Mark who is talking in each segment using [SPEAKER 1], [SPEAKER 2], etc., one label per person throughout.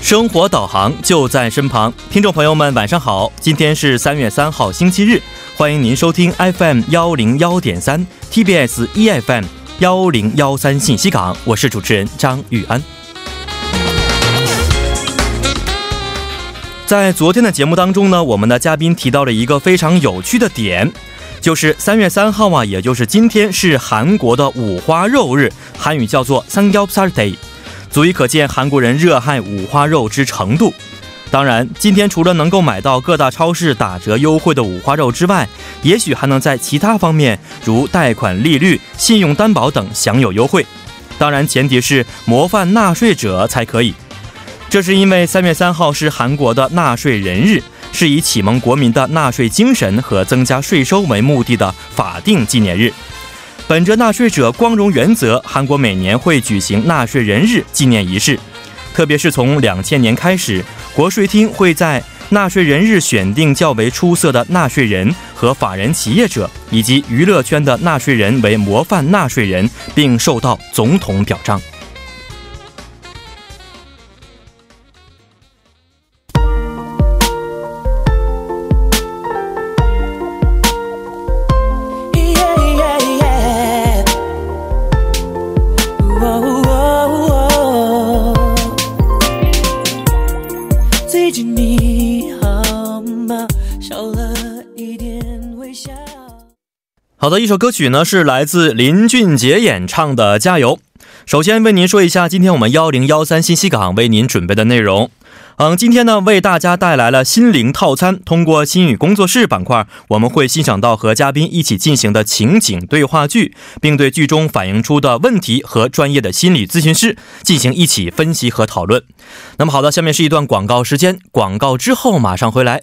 [SPEAKER 1] 生活导航就在身旁，听众朋友们，晚上好！今天是三月三号，星期日，欢迎您收听 FM 幺零幺点三 TBS EFM E 幺零幺三信息港，我是主持人张玉安。在昨天的节目当中呢，我们的嘉宾提到了一个非常有趣的点，就是三月三号啊，也就是今天是韩国的五花肉日，韩语叫做 s a n g y o p s a l Day。足以可见韩国人热爱五花肉之程度。当然，今天除了能够买到各大超市打折优惠的五花肉之外，也许还能在其他方面，如贷款利率、信用担保等享有优惠。当然，前提是模范纳税者才可以。这是因为三月三号是韩国的纳税人日，是以启蒙国民的纳税精神和增加税收为目的的法定纪念日。本着纳税者光荣原则，韩国每年会举行纳税人日纪念仪式。特别是从两千年开始，国税厅会在纳税人日选定较为出色的纳税人和法人企业者以及娱乐圈的纳税人为模范纳税人，并受到总统表彰。
[SPEAKER 2] 最近你好吗？少了一点微笑。
[SPEAKER 1] 好的，一首歌曲呢是来自林俊杰演唱的《加油》。首先为您说一下今天我们幺零幺三信息港为您准备的内容。嗯，今天呢为大家带来了心灵套餐，通过心语工作室板块，我们会欣赏到和嘉宾一起进行的情景对话剧，并对剧中反映出的问题和专业的心理咨询师进行一起分析和讨论。那么好的，下面是一段广告时间，广告之后马上回来。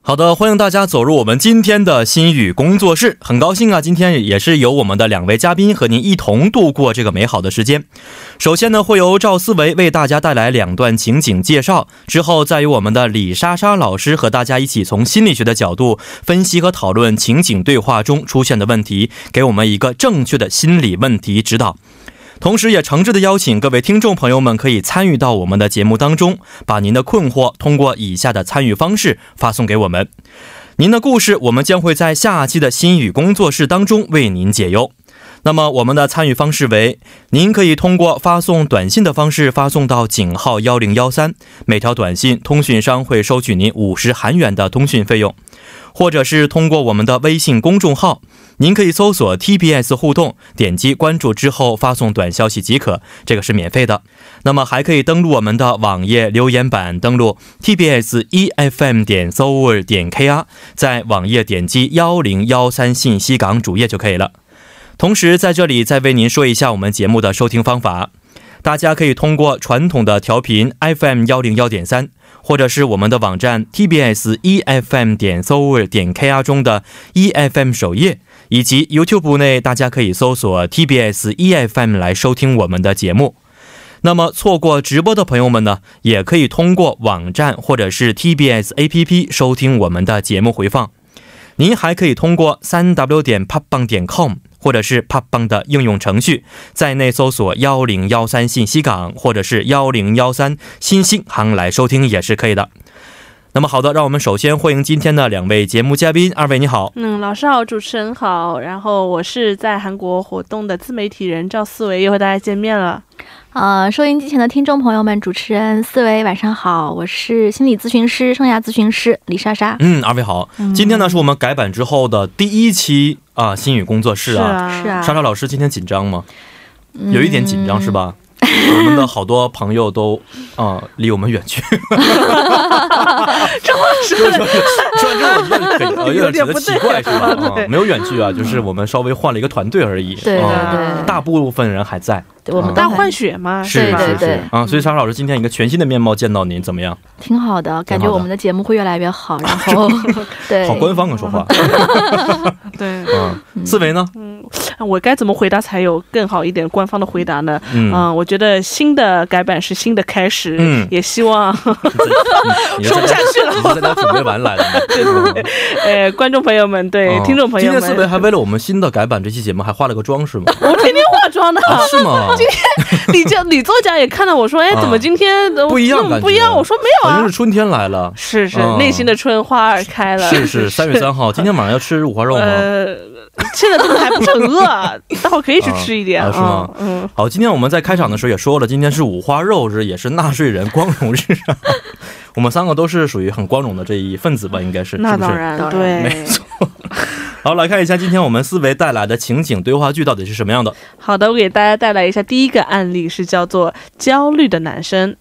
[SPEAKER 1] 好的，欢迎大家走入我们今天的心语工作室。很高兴啊，今天也是由我们的两位嘉宾和您一同度过这个美好的时间。首先呢，会由赵思维为大家带来两段情景介绍，之后再由我们的李莎莎老师和大家一起从心理学的角度分析和讨论情景对话中出现的问题，给我们一个正确的心理问题指导。同时，也诚挚的邀请各位听众朋友们可以参与到我们的节目当中，把您的困惑通过以下的参与方式发送给我们。您的故事，我们将会在下期的心语工作室当中为您解忧。那么，我们的参与方式为：您可以通过发送短信的方式发送到井号幺零幺三，每条短信通讯商会收取您五十韩元的通讯费用；或者是通过我们的微信公众号，您可以搜索 TBS 互动，点击关注之后发送短消息即可，这个是免费的。那么还可以登录我们的网页留言板，登录 TBS EFM E 点 s o E r 点 KR，在网页点击幺零幺三信息港主页就可以了。同时，在这里再为您说一下我们节目的收听方法，大家可以通过传统的调频 FM 幺零幺点三，或者是我们的网站 TBS EFM E 点 s o E r 点 KR 中的 EFM 首页，以及 YouTube 内，大家可以搜索 TBS EFM E 来收听我们的节目。那么错过直播的朋友们呢，也可以通过网站或者是 TBS APP 收听我们的节目回放。您还可以通过三 w 点 p o p b a n g 点 com 或者是 p o p b a n g 的应用程序，在内搜索幺零幺三信息港或者是幺零幺三新星行来收听也是可以的。那么好的，让我们首先欢迎今天的两位节目嘉宾，二位你好。
[SPEAKER 3] 嗯，老师好，主持人好，然后我是在韩国活动的自媒体人赵思维，又和大家见面了。
[SPEAKER 4] 呃，收音机前的听众朋友们，主持人四维，晚上好，我是心理咨询师、生涯咨询师李莎莎。
[SPEAKER 1] 嗯，二位好，今天呢是我们改版之后的第一期啊，心语工作室啊。
[SPEAKER 3] 啊，
[SPEAKER 4] 是啊嗯
[SPEAKER 1] 莎莎老师今天紧张吗？有一点紧张是吧？我们的好多朋友都啊、离我们远去，这么说说完之后我觉得可以呃有点觉得奇怪是吧？啊
[SPEAKER 3] 对
[SPEAKER 1] 没有远去啊，就是我们稍微换了一个团队而已。
[SPEAKER 4] 对对
[SPEAKER 1] 啊
[SPEAKER 4] 对
[SPEAKER 1] 大部分人还在，
[SPEAKER 4] 我们都
[SPEAKER 3] 但
[SPEAKER 4] 很
[SPEAKER 3] 换血嘛，
[SPEAKER 1] 嗯是
[SPEAKER 4] 对
[SPEAKER 3] 吧？
[SPEAKER 4] 对
[SPEAKER 1] 是
[SPEAKER 4] 对
[SPEAKER 1] 是啊，所以莎莎老师今天一个全新的面貌见到您，怎么样？
[SPEAKER 4] 挺好的，感觉我们的节目会越来越好。然 后，对，
[SPEAKER 1] 好官方啊，说话。
[SPEAKER 3] 对，
[SPEAKER 1] 啊，思维呢？
[SPEAKER 3] 我该怎么回答才有更好一点官方的回答呢？
[SPEAKER 1] 嗯，
[SPEAKER 3] 嗯，我觉得新的改版是新的开始，
[SPEAKER 1] 嗯
[SPEAKER 3] 也希望
[SPEAKER 1] 你
[SPEAKER 3] 说不下去了
[SPEAKER 1] 你是在那准备完来的吗？
[SPEAKER 3] 呃观众朋友们，对、
[SPEAKER 1] 哦
[SPEAKER 3] 听众朋友
[SPEAKER 1] 今天思维
[SPEAKER 3] 们，
[SPEAKER 1] 还为了我们新的改版这期节目还化了个妆 是吗？
[SPEAKER 3] 我天天化妆的。
[SPEAKER 1] 啊，是 吗？
[SPEAKER 3] 李教李作家也看到我说，哎，
[SPEAKER 1] 啊
[SPEAKER 3] 怎么今天呃
[SPEAKER 1] 不一样
[SPEAKER 3] 嗯
[SPEAKER 1] 感觉
[SPEAKER 3] 不一样，我说没有
[SPEAKER 1] 好像
[SPEAKER 3] 啊
[SPEAKER 1] 是，春天来了。
[SPEAKER 3] 是是
[SPEAKER 1] 嗯，
[SPEAKER 3] 内心的春花儿开了，
[SPEAKER 1] 是是，三月三号，今天晚上要吃五花肉吗？
[SPEAKER 3] 呃，现在肚子还不是很饿 啊，待会儿可以去吃一点
[SPEAKER 1] 啊啊是吗
[SPEAKER 3] 嗯，
[SPEAKER 1] 好，今天我们在开场的时候也说了，今天是五花肉日，也是纳税人光荣日 啊。我们三个都是属于很光荣的这一份子吧，应该是，
[SPEAKER 3] 那
[SPEAKER 1] 是不
[SPEAKER 3] 当
[SPEAKER 1] 是？
[SPEAKER 3] 然，
[SPEAKER 4] 当然
[SPEAKER 3] 对。
[SPEAKER 1] 好，来看一下今天我们思维带来的情景对话剧到底是什么样的。
[SPEAKER 3] 好的，我给大家带来一下第一个案例，是叫做焦虑的男生。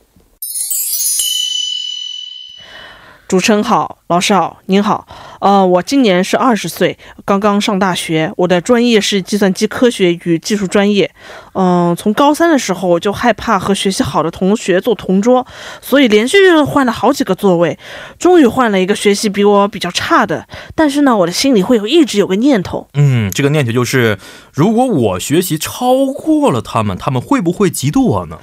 [SPEAKER 3] 主持人好，老师好，您好，呃，我今年是二十岁，刚刚上大学，我的专业是计算机科学与技术专业，嗯、从高三的时候我就害怕和学习好的同学做同桌，所以连续换了好几个座位，终于换了一个学习比我比较差的，但是呢，我的心里会有一直有个念头，
[SPEAKER 1] 嗯，这个念头就是，如果我学习超过了他们，他们会不会嫉妒我呢？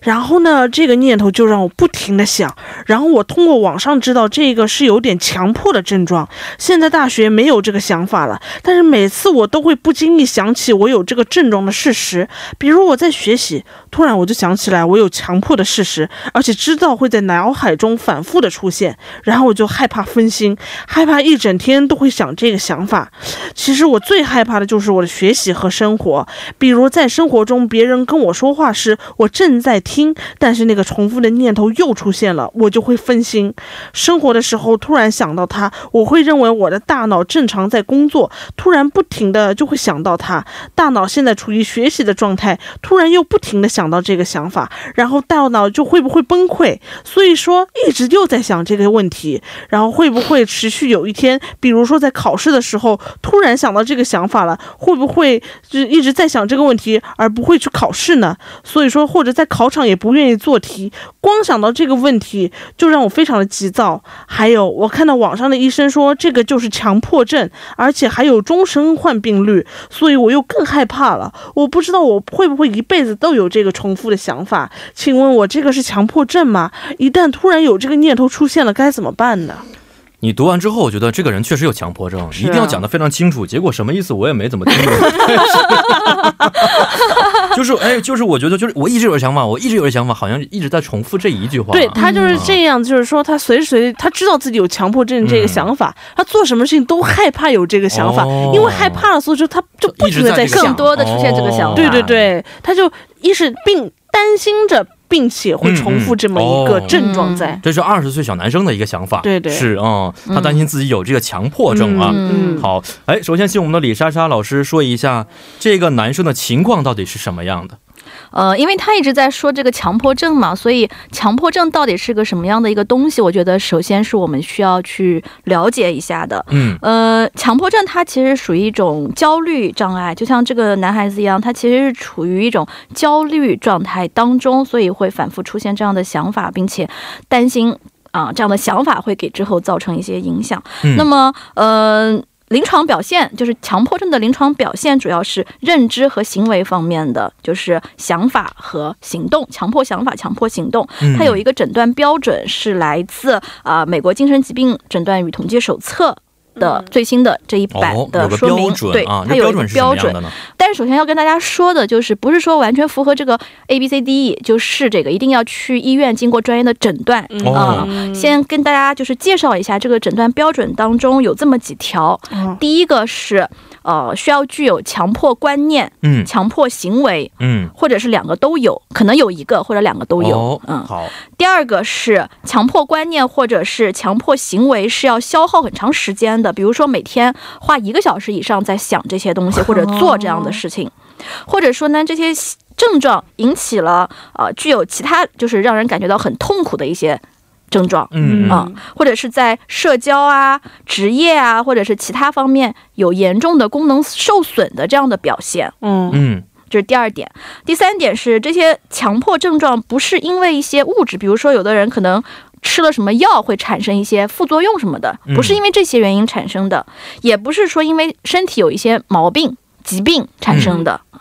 [SPEAKER 3] 然后呢，这个念头就让我不停的想，然后我通过网上知道这个是有点强迫的症状，现在大学没有这个想法了，但是每次我都会不经意想起我有这个症状的事实，比如我在学习，突然我就想起来我有强迫的事实，而且知道会在脑海中反复的出现，然后我就害怕分心，害怕一整天都会想这个想法。其实我最害怕的就是我的学习和生活，比如在生活中，别人跟我说话时，我正在听，但是那个重复的念头又出现了，我就会分心。生活的时候突然想到它，我会认为我的大脑正常在工作，突然不停的就会想到它。大脑现在处于学习的状态，突然又不停的想到这个想法，然后大脑就会不会崩溃？所以说一直又在想这个问题，然后会不会持续有一天，比如说在考试的时候突然想到这个想法了，会不会就一直在想这个问题，而不会去考试呢？所以说，或者在考场也不愿意做题，光想到这个问题就让我非常的急躁。还有，我看到网上的医生说这个就是强迫症，而且还有终身患病率，所以我又更害怕了。我不知道我会不会一辈子都有这个重复的想法？请问我这个是强迫症吗？一旦突然有这个念头出现了，该怎么办呢？
[SPEAKER 1] 你读完之后，我觉得这个人确实有强迫症，
[SPEAKER 3] 是
[SPEAKER 1] 一
[SPEAKER 3] 啊
[SPEAKER 1] 定要讲得非常清楚。结果什么意思我也没怎么听懂。 就是哎，就是我觉得就是我一直有想法，我一直有想法，好像一直在重复这一句话。
[SPEAKER 3] 对他就是这样，就是说他随时随地他知道自己有强迫症
[SPEAKER 1] 嗯
[SPEAKER 3] 这个想法，他做什么事情都害怕有这个想法，
[SPEAKER 1] 哦
[SPEAKER 3] 因为害怕了，所以说他就不停的
[SPEAKER 1] 一直在这个
[SPEAKER 3] 想
[SPEAKER 4] 更。多的出现这个想
[SPEAKER 1] 哦
[SPEAKER 4] 法，
[SPEAKER 3] 对对对，他就一是并担心着，并且会重复这么
[SPEAKER 1] 嗯
[SPEAKER 3] 一个症状在。
[SPEAKER 1] 这是二十岁小男生的一个想法。
[SPEAKER 3] 对对
[SPEAKER 1] 是嗯，他担心自己有这个强迫症啊。
[SPEAKER 3] 嗯，
[SPEAKER 1] 好，哎，首先请我们的李莎莎老师说一下这个男生的情况到底是什么样的。
[SPEAKER 4] 呃，因为他一直在说这个强迫症嘛，所以强迫症到底是个什么样的一个东西？我觉得首先是我们需要去了解一下的。
[SPEAKER 1] 嗯
[SPEAKER 4] 呃，强迫症它其实属于一种焦虑障碍，就像这个男孩子一样，他其实是处于一种焦虑状态当中，所以会反复出现这样的想法，并且担心啊、这样的想法会给之后造成一些影响。
[SPEAKER 1] 嗯
[SPEAKER 4] 那么，呃。临床表现就是强迫症的临床表现，主要是认知和行为方面的，就是想法和行动，强迫想法、强迫行动。
[SPEAKER 1] 嗯
[SPEAKER 4] 它有一个诊断标准是来自啊、美国精神疾病诊断与统计手册。
[SPEAKER 3] 嗯
[SPEAKER 4] 的最新的这一版
[SPEAKER 1] 哦，有
[SPEAKER 4] 的
[SPEAKER 1] 个
[SPEAKER 4] 说
[SPEAKER 1] 标
[SPEAKER 4] 明，
[SPEAKER 1] 准
[SPEAKER 4] 对，
[SPEAKER 1] 啊，
[SPEAKER 4] 它
[SPEAKER 1] 这
[SPEAKER 4] 有
[SPEAKER 1] 标
[SPEAKER 4] 一个
[SPEAKER 1] 准是什
[SPEAKER 4] 标
[SPEAKER 1] 么样
[SPEAKER 4] 准
[SPEAKER 1] 的，呢？
[SPEAKER 4] 但是首先要跟大家说的就是，不是说完全符合这个 A B C D E 就试这个，一定要去医院经过专业的诊断。啊
[SPEAKER 3] 嗯
[SPEAKER 1] 哦
[SPEAKER 3] 嗯
[SPEAKER 4] 先跟大家就是介绍一下这个诊断标准当中有这么几条，
[SPEAKER 3] 嗯
[SPEAKER 4] 第一个是呃需要具有强迫观念、
[SPEAKER 1] 嗯
[SPEAKER 4] 强迫行为，
[SPEAKER 1] 嗯，
[SPEAKER 4] 或者是两个都有，可能有一个或者两个都有。
[SPEAKER 1] 哦
[SPEAKER 4] 嗯，
[SPEAKER 1] 好，
[SPEAKER 4] 第二个是强迫观念或者是强迫行为是要消耗很长时间的，比如说每天花一个小时以上在想这些东西或者做这样的事情，或者说呢这些症状引起了呃具有其他就是让人感觉到很痛苦的一些症状。
[SPEAKER 1] 嗯
[SPEAKER 4] 啊或者是在社交啊、职业啊，或者是其他方面有严重的功能受损的这样的表现，
[SPEAKER 3] 嗯
[SPEAKER 1] 嗯
[SPEAKER 4] 这是第二点。第三点是这些强迫症状不是因为一些物质，比如说有的人可能。吃了什么药会产生一些副作用什么的，
[SPEAKER 1] 嗯
[SPEAKER 4] 不是因为这些原因产生的，也不是说因为身体有一些毛病、疾病产生的。
[SPEAKER 1] 嗯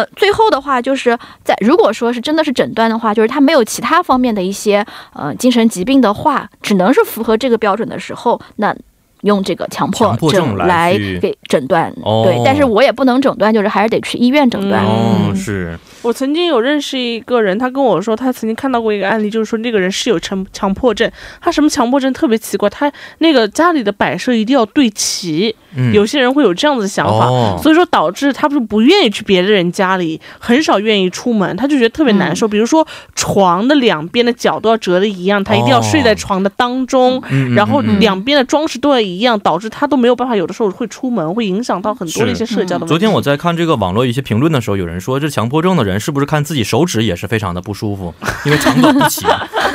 [SPEAKER 4] 呃，最后的话就是在如果说是真的是诊断的话，就是他没有其他方面的一些呃精神疾病的话，只能是符合这个标准的时候，那用这个强迫
[SPEAKER 1] 强迫症
[SPEAKER 4] 症
[SPEAKER 1] 来
[SPEAKER 4] 来
[SPEAKER 1] 去
[SPEAKER 4] 给诊断。
[SPEAKER 1] 哦
[SPEAKER 4] 对，但是我也不能诊断，就是还是得去医院诊断。
[SPEAKER 1] 哦，是，
[SPEAKER 3] 我曾经有认识一个人，他跟我说，他曾经看到过一个案例，就是说那个人是有强强迫症，他什么强迫症特别奇怪，他那个家里的摆设一定要对齐，
[SPEAKER 1] 嗯，
[SPEAKER 3] 有些人会有这样子的想法，
[SPEAKER 1] 哦
[SPEAKER 3] 所以说导致他就不愿意去别的人家里，很少愿意出门，他就觉得特别
[SPEAKER 1] 嗯
[SPEAKER 3] 难受。比如说床的两边的角都要折的一样，他一定要睡在床的当中，
[SPEAKER 1] 嗯嗯
[SPEAKER 3] 然后
[SPEAKER 1] 嗯嗯
[SPEAKER 3] 两边的装饰都要一样，导致他都没有办法，有的时候会出门，会影响到很多的一些社交的问题。
[SPEAKER 1] 嗯昨天我在看这个网络一些评论的时候，有人说这强迫症的人是不是看自己手指也是非常的不舒服，因为长短不 齐，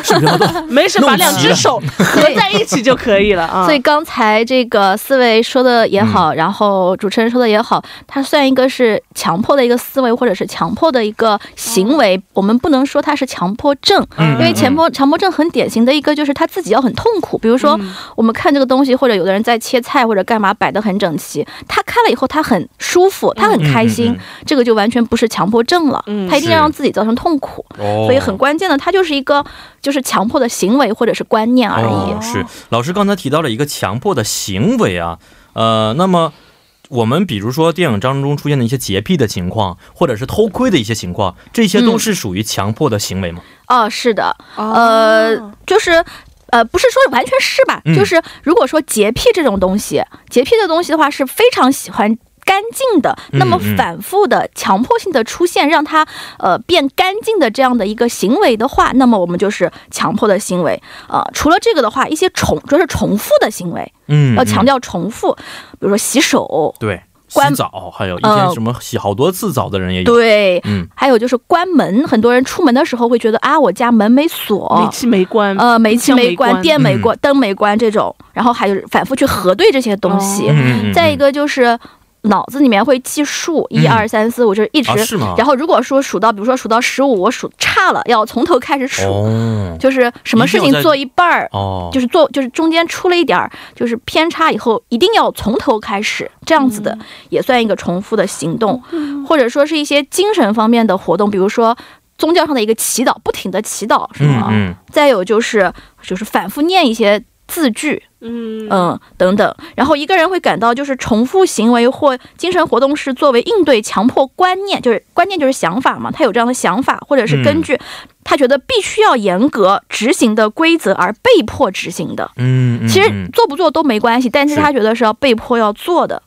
[SPEAKER 1] 是不是要动？
[SPEAKER 3] 没事，
[SPEAKER 1] 弄
[SPEAKER 3] 把两
[SPEAKER 1] 齐
[SPEAKER 3] 只
[SPEAKER 1] 了
[SPEAKER 3] 手合在一起就可以了啊。
[SPEAKER 4] 所以刚才这个思维说的也好，
[SPEAKER 1] 嗯
[SPEAKER 4] 然后主持人说的也好，它算一个是强迫的一个思维，或者是强迫的一个行为。我们不能说它是强迫症，
[SPEAKER 1] 嗯
[SPEAKER 4] 因为强迫强迫症很典型的一个就是他自己要很痛苦。比如说，我们看这个东西，或者有的人在切菜或者干嘛摆得很整齐，他看了以后他很舒服，他很开心，
[SPEAKER 1] 嗯嗯
[SPEAKER 4] 这个就完全不是强迫症了。
[SPEAKER 3] 嗯
[SPEAKER 4] 他一定要
[SPEAKER 1] 是
[SPEAKER 4] 让自己造成痛苦，
[SPEAKER 1] 哦
[SPEAKER 4] 所以很关键的，它就是一个就是强迫的行为或者是观念而已。
[SPEAKER 1] 哦。是，老师刚才提到了一个强迫的行为啊，呃，那么我们比如说电影当中出现的一些洁癖的情况，或者是偷窥的一些情况，这些都是属于强迫的行为吗？
[SPEAKER 4] 哦，是的，
[SPEAKER 3] 哦
[SPEAKER 4] 呃，就是。呃，不是说完全是吧？
[SPEAKER 1] 嗯
[SPEAKER 4] 就是如果说洁癖这种东西，洁癖的东西的话是非常喜欢干净的，
[SPEAKER 1] 嗯
[SPEAKER 4] 那么
[SPEAKER 1] 嗯
[SPEAKER 4] 反复的、强迫性的出现，让它呃变干净的这样的一个行为的话，那么我们就是强迫的行为。呃，除了这个的话，一些重主要是重复的行为，
[SPEAKER 1] 嗯，
[SPEAKER 4] 要呃强
[SPEAKER 1] 嗯、哎
[SPEAKER 4] 调重复，比如说洗手，
[SPEAKER 1] 对洗
[SPEAKER 4] 关
[SPEAKER 1] 澡，还有一
[SPEAKER 4] 呃
[SPEAKER 1] 天什么洗好多次澡的人也有。
[SPEAKER 4] 对，
[SPEAKER 1] 嗯，
[SPEAKER 4] 还有就是关门，很多人出门的时候会觉得啊，我家门没锁，
[SPEAKER 1] 哦
[SPEAKER 3] 煤气没关，
[SPEAKER 4] 呃，煤气
[SPEAKER 3] 箱
[SPEAKER 4] 没
[SPEAKER 3] 没
[SPEAKER 4] 关，
[SPEAKER 3] 关
[SPEAKER 4] 电没
[SPEAKER 1] 嗯
[SPEAKER 4] 关，灯没关这种，然后还有反复去核对这些东西。
[SPEAKER 1] 嗯，嗯嗯
[SPEAKER 4] 再一个就是脑子里面会记数，一
[SPEAKER 1] 嗯
[SPEAKER 4] 二三四五，就是一直。
[SPEAKER 1] 啊，是吗？
[SPEAKER 4] 然后如果说数到，比如说数到十五，我数差了，要从头开始数，
[SPEAKER 1] 哦
[SPEAKER 4] 就是什么事
[SPEAKER 1] 一定
[SPEAKER 4] 情
[SPEAKER 1] 要在
[SPEAKER 4] 做一半儿。
[SPEAKER 1] 哦，
[SPEAKER 4] 就是是做，就是中间出了一点儿，就是偏差以后，一定要从头开始，这样子的也算一个重复的行动，或者说是一些精神方面的活动，比如说宗教上的一个祈祷，不停的祈祷什
[SPEAKER 1] 嗯
[SPEAKER 4] 么，
[SPEAKER 1] 嗯
[SPEAKER 4] 再有就是就是反复念一些字句，
[SPEAKER 3] 嗯
[SPEAKER 4] 嗯等等，然后一个人会感到就是重复行为或精神活动是作为应对强迫观念，就是观念就是想法嘛，他有这样的想法，或者
[SPEAKER 1] 嗯
[SPEAKER 4] 是根据他觉得必须要严格执行的规则而被迫执行的。
[SPEAKER 1] 嗯，嗯
[SPEAKER 4] 其实
[SPEAKER 1] 嗯
[SPEAKER 4] 做不做都没关系，但是
[SPEAKER 1] 是
[SPEAKER 4] 他觉得是要被迫要做的。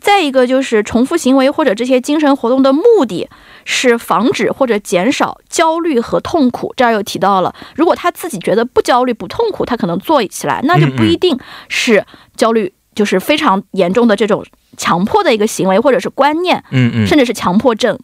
[SPEAKER 4] 再一个就是重复行为或者这些精神活动的目的是防止或者减少焦虑和痛苦。这儿又提到了，如果他自己觉得不焦虑不痛苦，他可能做起来，那就不
[SPEAKER 1] 嗯
[SPEAKER 4] 一定是焦虑，就是非常严重的这种强迫的一个行为或者是观念，
[SPEAKER 1] 嗯嗯，
[SPEAKER 4] 甚至是强迫症。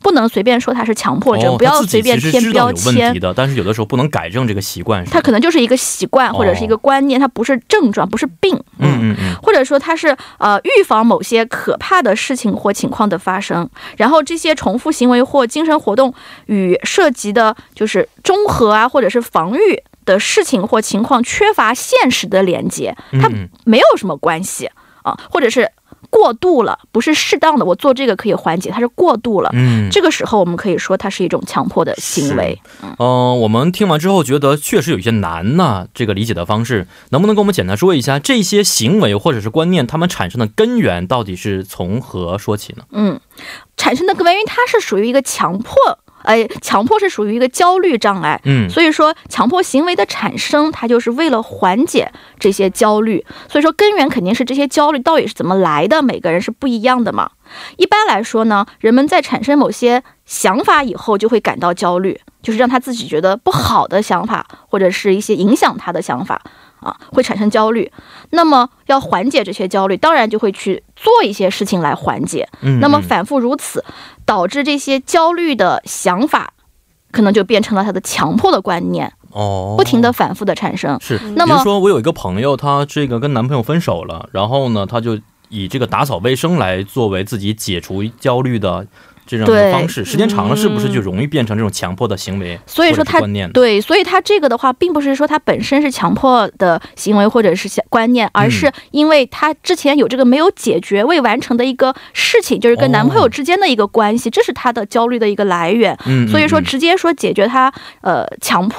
[SPEAKER 4] 不能随便说他是强迫症，
[SPEAKER 1] 哦
[SPEAKER 4] 不
[SPEAKER 1] 他
[SPEAKER 4] 要
[SPEAKER 1] 自己
[SPEAKER 4] 随便
[SPEAKER 1] 其实
[SPEAKER 4] 贴
[SPEAKER 1] 知道
[SPEAKER 4] 标
[SPEAKER 1] 有问
[SPEAKER 4] 签
[SPEAKER 1] 题。的，但是有的时候不能改正这个习惯。是
[SPEAKER 4] 他
[SPEAKER 1] 吧
[SPEAKER 4] 可能就是一个习惯或者是一个观念，它不是症状，不是病。
[SPEAKER 1] 哦嗯嗯嗯，
[SPEAKER 4] 或者说它是呃预防某些可怕的事情或情况的发生，然后这些重复行为或精神活动与涉及的就是中和啊或者是防御的事情或情况缺乏现实的连接，
[SPEAKER 1] 嗯
[SPEAKER 4] 它
[SPEAKER 1] 嗯
[SPEAKER 4] 没有什么关系啊，或者是过度了，不是适当的，我做这个可以缓解，它是过度了。
[SPEAKER 1] 嗯，
[SPEAKER 4] 这个时候，我们可以说它是一种强迫的行为。
[SPEAKER 1] 嗯、我们听完之后觉得确实有些难呐、这个理解的方式，能不能给我们简单说一下这些行为或者是观念，它们产生的根源到底是从何说起呢？
[SPEAKER 4] 嗯，产生的根源，因为它是属于一个强迫，哎，强迫是属于一个焦虑障碍，
[SPEAKER 1] 嗯，
[SPEAKER 4] 所以说，强迫行为的产生，它就是为了缓解这些焦虑。所以说，根源肯定是这些焦虑到底是怎么来的，每个人是不一样的嘛。一般来说呢，人们在产生某些想法以后，就会感到焦虑，就是让他自己觉得不好的想法，或者是一些影响他的想法啊，会产生焦虑。那么要缓解这些焦虑，当然就会去做一些事情来缓解。
[SPEAKER 1] 嗯
[SPEAKER 4] 那么
[SPEAKER 1] 嗯
[SPEAKER 4] 反复如此，导致这些焦虑的想法，可能就变成了他的强迫的观念，
[SPEAKER 1] 哦，
[SPEAKER 4] 不停的反复的产生。
[SPEAKER 1] 是，
[SPEAKER 4] 那
[SPEAKER 1] 比如
[SPEAKER 4] 么
[SPEAKER 1] 说我有一个朋友，她这个跟男朋友分手了，然后呢，她就以这个打扫卫生来作为自己解除焦虑的这样的
[SPEAKER 4] 对
[SPEAKER 1] 方式，时间长了是不是就容易变成这种强迫的行为？
[SPEAKER 4] 所以说
[SPEAKER 1] 或者是
[SPEAKER 4] 他
[SPEAKER 1] 观念，
[SPEAKER 4] 对，所以它这个的话，并不是说它本身是强迫的行为或者是想观念，而
[SPEAKER 1] 嗯
[SPEAKER 4] 是因为他之前有这个没有解决、未完成的一个事情，就是跟男朋
[SPEAKER 1] 哦
[SPEAKER 4] 友之间的一个关系，这是他的焦虑的一个来源。
[SPEAKER 1] 嗯，嗯
[SPEAKER 4] 所以说，
[SPEAKER 1] 嗯
[SPEAKER 4] 直接说解决他呃强迫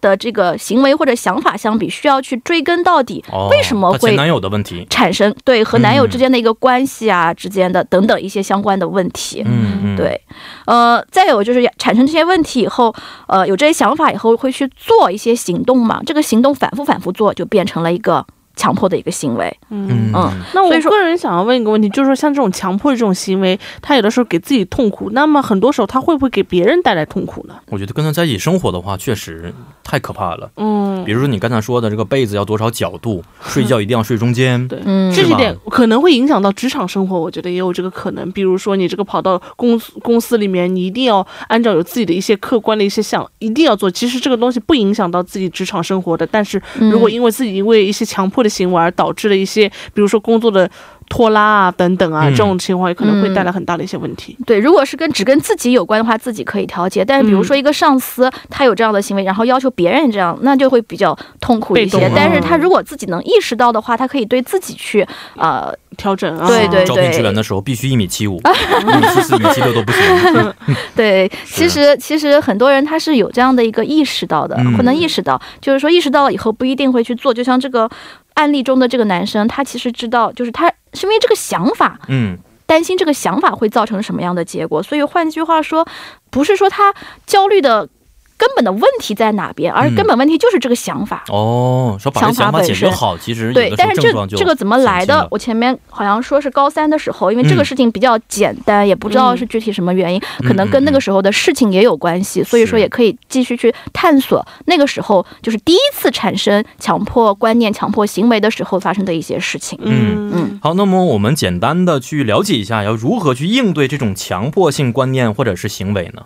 [SPEAKER 4] 的这个行为或者想法相比，需要去追根到底，
[SPEAKER 1] 哦
[SPEAKER 4] 为什么
[SPEAKER 1] 她前
[SPEAKER 4] 会
[SPEAKER 1] 男友的问题？
[SPEAKER 4] 产生对和男友
[SPEAKER 1] 嗯
[SPEAKER 4] 之间的一个关系啊、之间的等等一些相关的问题。
[SPEAKER 1] 嗯嗯，，
[SPEAKER 4] 对，呃，再有就是产生这些问题以后，呃，有这些想法以后会去做一些行动嘛？这个行动反复反复做，就变成了一个强迫的一个行为。
[SPEAKER 1] 嗯嗯
[SPEAKER 4] 嗯
[SPEAKER 3] 那我
[SPEAKER 4] 所以说
[SPEAKER 3] 个人想要问一个问题，就是说像这种强迫这种行为，他有的时候给自己痛苦，那么很多时候他会不会给别人带来痛苦呢？
[SPEAKER 1] 我觉得跟他在一起生活的话，确实太可怕了。
[SPEAKER 3] 嗯
[SPEAKER 1] 比，如说你刚才说的这个被子要多少角度，睡觉一定要睡中 间，
[SPEAKER 3] 对
[SPEAKER 4] 嗯，
[SPEAKER 3] 这
[SPEAKER 1] 是
[SPEAKER 3] 一
[SPEAKER 1] 吧
[SPEAKER 3] 点可能会影响到职场生活，我觉得也有这个可能。比如说你这个跑到公司公司里面，你一定要按照有自己的一些客观的一些项，一定要做。其实这个东西不影响到自己职场生活的，但是
[SPEAKER 4] 嗯
[SPEAKER 3] 如果因为自己因为一些强迫的行为而导致了一些，比如说工作的拖拉啊等等啊，
[SPEAKER 1] 嗯
[SPEAKER 3] 这种情况也可能会
[SPEAKER 4] 嗯
[SPEAKER 3] 带来很大的一些问题。
[SPEAKER 4] 对，如果是跟只跟自己有关的话，自己可以调节。但是比如说一个上司、他有这样的行为，然后要求别人这样，那就会比较痛苦一
[SPEAKER 3] 被
[SPEAKER 4] 些
[SPEAKER 3] 动。
[SPEAKER 4] 但
[SPEAKER 3] 了
[SPEAKER 4] 是他如果自己能意识到的话，他可以对自己去呃
[SPEAKER 3] 调整啊，
[SPEAKER 4] 对对
[SPEAKER 1] 招聘职员的时候必须一米七五、一米七四、一米七六都 不行。
[SPEAKER 4] 对，
[SPEAKER 1] 是
[SPEAKER 4] 其实其实很多人他是有这样的一个意识到的，
[SPEAKER 1] 嗯
[SPEAKER 4] 可能意识到，就是说意识到了以后不一定会去做。就像这个案例中的这个男生，他其实知道，就是他是因为这个想法，
[SPEAKER 1] 嗯，
[SPEAKER 4] 担心这个想法会造成什么样的结果。所以换句话说，不是说他焦虑的根本的问题在哪边，而
[SPEAKER 1] 嗯
[SPEAKER 4] 根本问题就是这个想法。
[SPEAKER 1] 哦，说把这
[SPEAKER 4] 想法
[SPEAKER 1] 想法解
[SPEAKER 4] 本
[SPEAKER 1] 决
[SPEAKER 4] 身
[SPEAKER 1] 好，其实有
[SPEAKER 4] 对
[SPEAKER 1] 的，时
[SPEAKER 4] 但
[SPEAKER 1] 候
[SPEAKER 4] 是
[SPEAKER 1] 症状
[SPEAKER 4] 这
[SPEAKER 1] 就
[SPEAKER 4] 这个怎么来
[SPEAKER 1] 减轻
[SPEAKER 4] 的
[SPEAKER 1] 了？
[SPEAKER 4] 我前面好像说是高三的时候，因为这
[SPEAKER 1] 嗯
[SPEAKER 4] 个事情比较简单，也不知道
[SPEAKER 3] 嗯
[SPEAKER 4] 是具体什么原因，
[SPEAKER 1] 嗯
[SPEAKER 4] 可能跟那个时候的事情也有关系，所以说
[SPEAKER 1] 是
[SPEAKER 4] 也可以继续去探索那个时候就是第一次产生强迫观念、强迫行为的时候发生的一些事情。
[SPEAKER 1] 嗯
[SPEAKER 4] 嗯
[SPEAKER 1] 好，那么我们简单的去了解一下，要如何去应对这种强迫性观念或者是行为呢？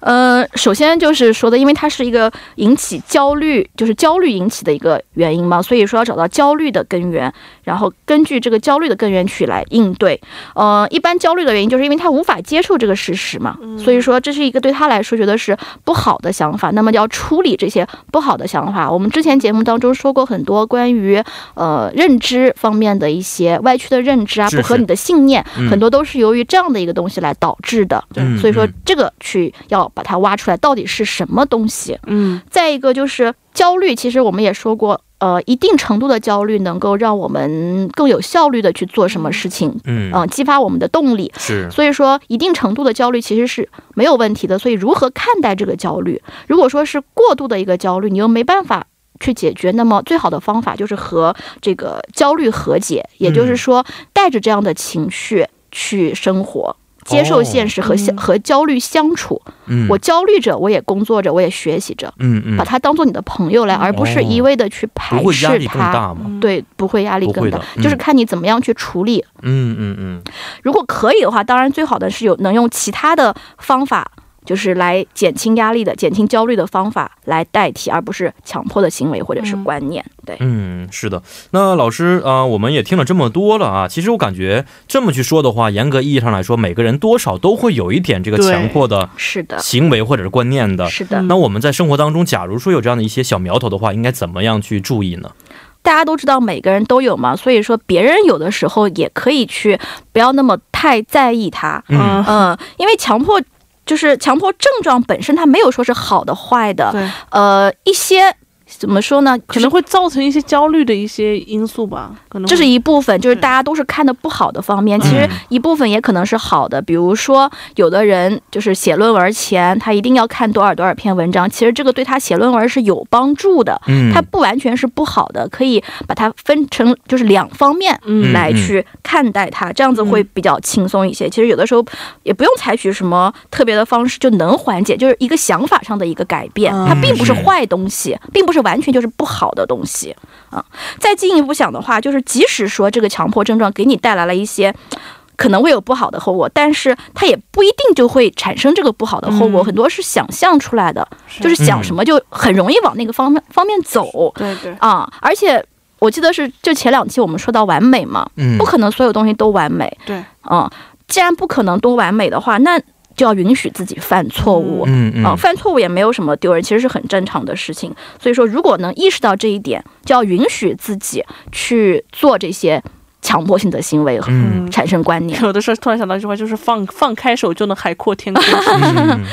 [SPEAKER 4] 呃，首先就是说的，因为它是一个引起焦虑，就是焦虑引起的一个原因嘛，所以说要找到焦虑的根源，然后根据这个焦虑的根源去来应对。呃，一般焦虑的原因就是因为他无法接受这个事实嘛，
[SPEAKER 1] 嗯
[SPEAKER 4] 所以说这是一个对他来说觉得是不好的想法。那么要处理这些不好的想法，我们之前节目当中说过很多关于呃认知方面的一些歪曲的认知啊，
[SPEAKER 1] 是
[SPEAKER 4] 不合
[SPEAKER 1] 是
[SPEAKER 4] 你的信念，
[SPEAKER 1] 嗯
[SPEAKER 4] 很多都是由于这样的一个东西来导致的。
[SPEAKER 1] 对嗯
[SPEAKER 4] 所以说
[SPEAKER 1] 嗯
[SPEAKER 4] 这个去要把它挖出来，到底是什么东西？
[SPEAKER 3] 嗯
[SPEAKER 4] 再一个就是焦虑，其实我们也说过，呃，一定程度的焦虑能够让我们更有效率的去做什么事情，
[SPEAKER 1] 嗯
[SPEAKER 4] 嗯、，激发我们的动力。
[SPEAKER 1] 是，
[SPEAKER 4] 所以说，一定程度的焦虑其实是没有问题的。所以，如何看待这个焦虑？如果说是过度的一个焦虑，你又没办法去解决，那么最好的方法就是和这个焦虑和解，也
[SPEAKER 1] 嗯
[SPEAKER 4] 就是说，带着这样的情绪去生活。接受现实和相、
[SPEAKER 3] 嗯
[SPEAKER 4] 和焦虑相处，
[SPEAKER 1] 哦嗯，
[SPEAKER 4] 我焦虑着，我也工作着，我也学习着，
[SPEAKER 1] 嗯嗯哦
[SPEAKER 4] 把，它当做你的朋友来，而不是一味的去
[SPEAKER 1] 不
[SPEAKER 4] 排
[SPEAKER 1] 会压
[SPEAKER 4] 斥
[SPEAKER 1] 力更
[SPEAKER 4] 它。嗯
[SPEAKER 1] 大吗？
[SPEAKER 4] 对，不会压力
[SPEAKER 1] 不会
[SPEAKER 4] 更大
[SPEAKER 1] 的，嗯
[SPEAKER 4] 就是看你怎么样去处理
[SPEAKER 1] 嗯嗯嗯，
[SPEAKER 4] 如果可以的话，当然最好的是有能用其他的方法，就是来减轻压力的、减轻焦虑的方法来代替，而不是强迫的行为或者是观念。对，
[SPEAKER 1] 嗯，是的。那老师啊、我们也听了这么多了啊，其实我感觉这么去说的话，严格意义上来说，每个人多少都会有一点这个
[SPEAKER 3] 对
[SPEAKER 1] 强迫的
[SPEAKER 4] 是的，
[SPEAKER 1] 行为或者是观念的。
[SPEAKER 4] 是的
[SPEAKER 3] 嗯。
[SPEAKER 1] 那我们在生活当中，假如说有这样的一些小苗头的话，应该怎么样去注意呢？
[SPEAKER 4] 大家都知道每个人都有嘛，所以说别人有的时候也可以去不要那么太在意他，
[SPEAKER 1] 嗯，
[SPEAKER 3] 啊
[SPEAKER 4] 嗯，因为强迫。就是强迫症状本身，它没有说是好的坏的，
[SPEAKER 3] 对，
[SPEAKER 4] 呃，一些怎么说呢，
[SPEAKER 3] 可
[SPEAKER 4] 就是
[SPEAKER 3] 能会造成一些焦虑的一些因素吧，可能
[SPEAKER 4] 这是
[SPEAKER 3] 会
[SPEAKER 4] 一部分，就是大家都是看的不好的方面，其实一部分也可能是好的，比如说有的人就是写论文前他一定要看多少多少篇文章，其实这个对他写论文是有帮助的，
[SPEAKER 1] 嗯，
[SPEAKER 4] 它不完全是不好的，可以把它分成就是两方面
[SPEAKER 3] 嗯
[SPEAKER 4] 来去看待它，这样子会比较轻松一些。其实有的时候也不用采取什么特别的方式就能缓解，就是一个想法上的一个改变，
[SPEAKER 3] 嗯
[SPEAKER 4] 它并不是坏东西，并不是完全就是不好的东西啊。再进一步想的话，就是即使说这个强迫症状给你带来了一些。可能会有不好的后果，但是它也不一定就会产生这个不好的后果，
[SPEAKER 3] 嗯
[SPEAKER 4] 很多是想象出来的，就是想什么就很容易往那个方面方面走
[SPEAKER 3] 对对，
[SPEAKER 4] 啊。而且我记得是就前两期我们说到完美嘛，
[SPEAKER 1] 嗯
[SPEAKER 4] 不可能所有东西都完美。
[SPEAKER 3] 对，
[SPEAKER 4] 嗯，既然不可能都完美的话，那就要允许自己犯错误。
[SPEAKER 1] 嗯
[SPEAKER 4] 啊、
[SPEAKER 1] 嗯，
[SPEAKER 4] 犯错误也没有什么丢人，其实是很正常的事情。所以说，如果能意识到这一点，就要允许自己去做这些强迫性的行为和
[SPEAKER 1] 嗯
[SPEAKER 4] 产生观 念。
[SPEAKER 5] 有的时候突然想到一句话，就是放放开手就能海阔天 空。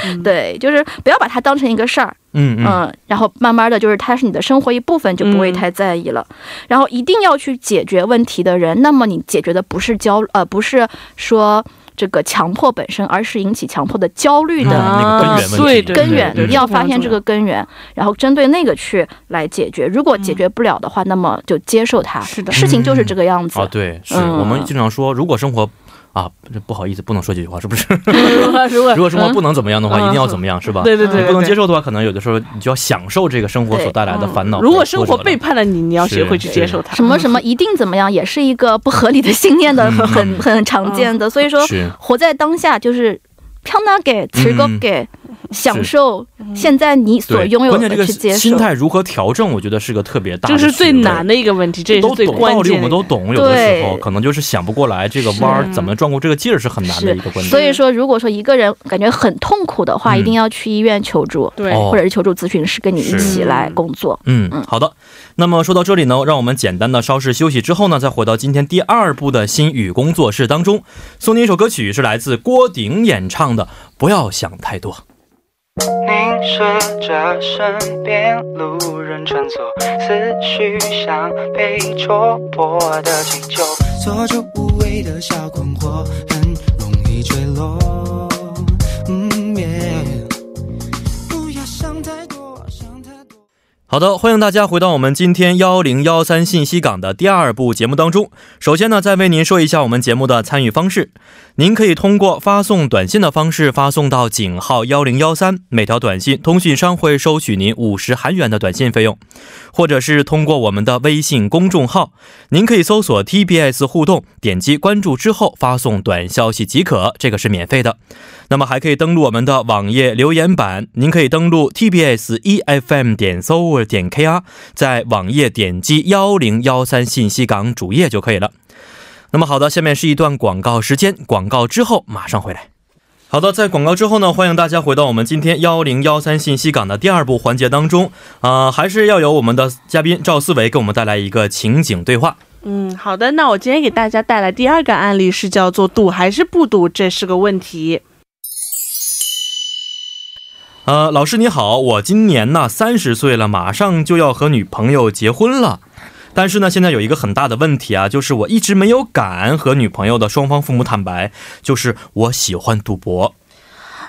[SPEAKER 1] 嗯
[SPEAKER 4] 对，就是不要把它当成一个事儿，
[SPEAKER 1] 嗯嗯，
[SPEAKER 4] 嗯，然后慢慢的就是它是你的生活一部分，就不会太在意了。然后一定要去解决问题的人，那么你解决的不是焦呃不是说这个强迫本身，而是引起强迫的焦虑的
[SPEAKER 1] 啊那个根源问题
[SPEAKER 5] 对对
[SPEAKER 4] 根源，
[SPEAKER 1] 对对
[SPEAKER 4] 一定要发现这个根源，然后针对那个去来解决。如果解决不了的话，那么就接受它。
[SPEAKER 5] 是的
[SPEAKER 4] 事情就是这个样子。
[SPEAKER 1] 啊，对，是
[SPEAKER 4] 嗯
[SPEAKER 1] 我们经常说，如果生活啊，这不好意思，不能说这句话，是不是？
[SPEAKER 5] 如果如果
[SPEAKER 1] 如果生活不能怎么样的话，
[SPEAKER 5] 嗯
[SPEAKER 1] 一定要怎么样，是吧？
[SPEAKER 5] 对对对
[SPEAKER 1] 你不能接受的话，可能有的时候你就要享受这个生活所带来的烦恼。
[SPEAKER 5] 嗯如果生活背，叛了你，你要学会去
[SPEAKER 1] 是
[SPEAKER 5] 接受它。嗯
[SPEAKER 4] 什么什么一定怎么样，也是一个不合理的信念的，
[SPEAKER 1] 嗯
[SPEAKER 4] 很很很常见的。所以说，
[SPEAKER 1] 是
[SPEAKER 4] 活在当下就是편하게즐겁
[SPEAKER 1] 嗯
[SPEAKER 4] 게享受现在你所
[SPEAKER 1] 对，
[SPEAKER 4] 拥有
[SPEAKER 1] 关键
[SPEAKER 4] 的
[SPEAKER 1] 这个
[SPEAKER 4] 去接
[SPEAKER 1] 心
[SPEAKER 4] 受。
[SPEAKER 1] 态如何调整，我觉得是个特别大
[SPEAKER 5] 这
[SPEAKER 1] 的学
[SPEAKER 5] 是
[SPEAKER 1] 问，
[SPEAKER 5] 最难的一个问题，这也是
[SPEAKER 1] 都
[SPEAKER 5] 最
[SPEAKER 1] 懂
[SPEAKER 5] 关
[SPEAKER 1] 道理，
[SPEAKER 5] 键的
[SPEAKER 1] 我们
[SPEAKER 5] 一个
[SPEAKER 1] 都懂。有的时候
[SPEAKER 4] 对
[SPEAKER 1] 可能就是想不过来这个弯儿怎么转过这个劲儿是很难的
[SPEAKER 4] 是
[SPEAKER 1] 一个关
[SPEAKER 4] 所
[SPEAKER 1] 键。
[SPEAKER 4] 以说，如果说一个人感觉很痛苦的话，
[SPEAKER 1] 嗯
[SPEAKER 4] 一定要去医院求助，
[SPEAKER 5] 对
[SPEAKER 1] 哦
[SPEAKER 4] 或者是求助咨询师跟你一起
[SPEAKER 5] 是
[SPEAKER 4] 来工作。
[SPEAKER 1] 嗯，好的。那么说到这里呢，让我们简单的稍事休息之后呢，再回到今天第二部的心语工作室当中，送您一首歌曲，是来自郭顶演唱的《不要想太多》。
[SPEAKER 6] 凝视着身边路人穿梭，思绪像被戳破的气球，做着无谓的小困惑，很容易坠落。嗯不要想太多，想太多。
[SPEAKER 1] 好的，欢迎大家回到我们今天幺零幺三信息港的第二部节目当中。首先呢，再为您说一下我们节目的参与方式。您可以通过发送短信的方式发送到井号幺零幺三，每条短信通讯商会收取您五十韩元的短信费用，或者是通过我们的微信公众号，您可以搜索 TBS 互动，点击关注之后发送短消息即可，这个是免费的。那么还可以登录我们的网页留言板，您可以登录 tbs efm E 点 s o u r 点 kr，在网页点击幺零幺三信息港主页就可以了。那么好的，下面是一段广告时间，广告之后马上回来。好的，在广告之后呢，欢迎大家回到我们今天幺零幺三信息港的第二部环节当中。啊、还是要由我们的嘉宾赵思维给我们带来一个情景对话。
[SPEAKER 3] 嗯，好的，那我今天给大家带来第二个案例是叫做赌还是不赌，这是个问题。
[SPEAKER 1] 呃，老师你好，我今年呢三十岁了，马上就要和女朋友结婚了。但是呢，现在有一个很大的问题啊，就是我一直没有敢和女朋友的双方父母坦白，就是我喜欢赌博。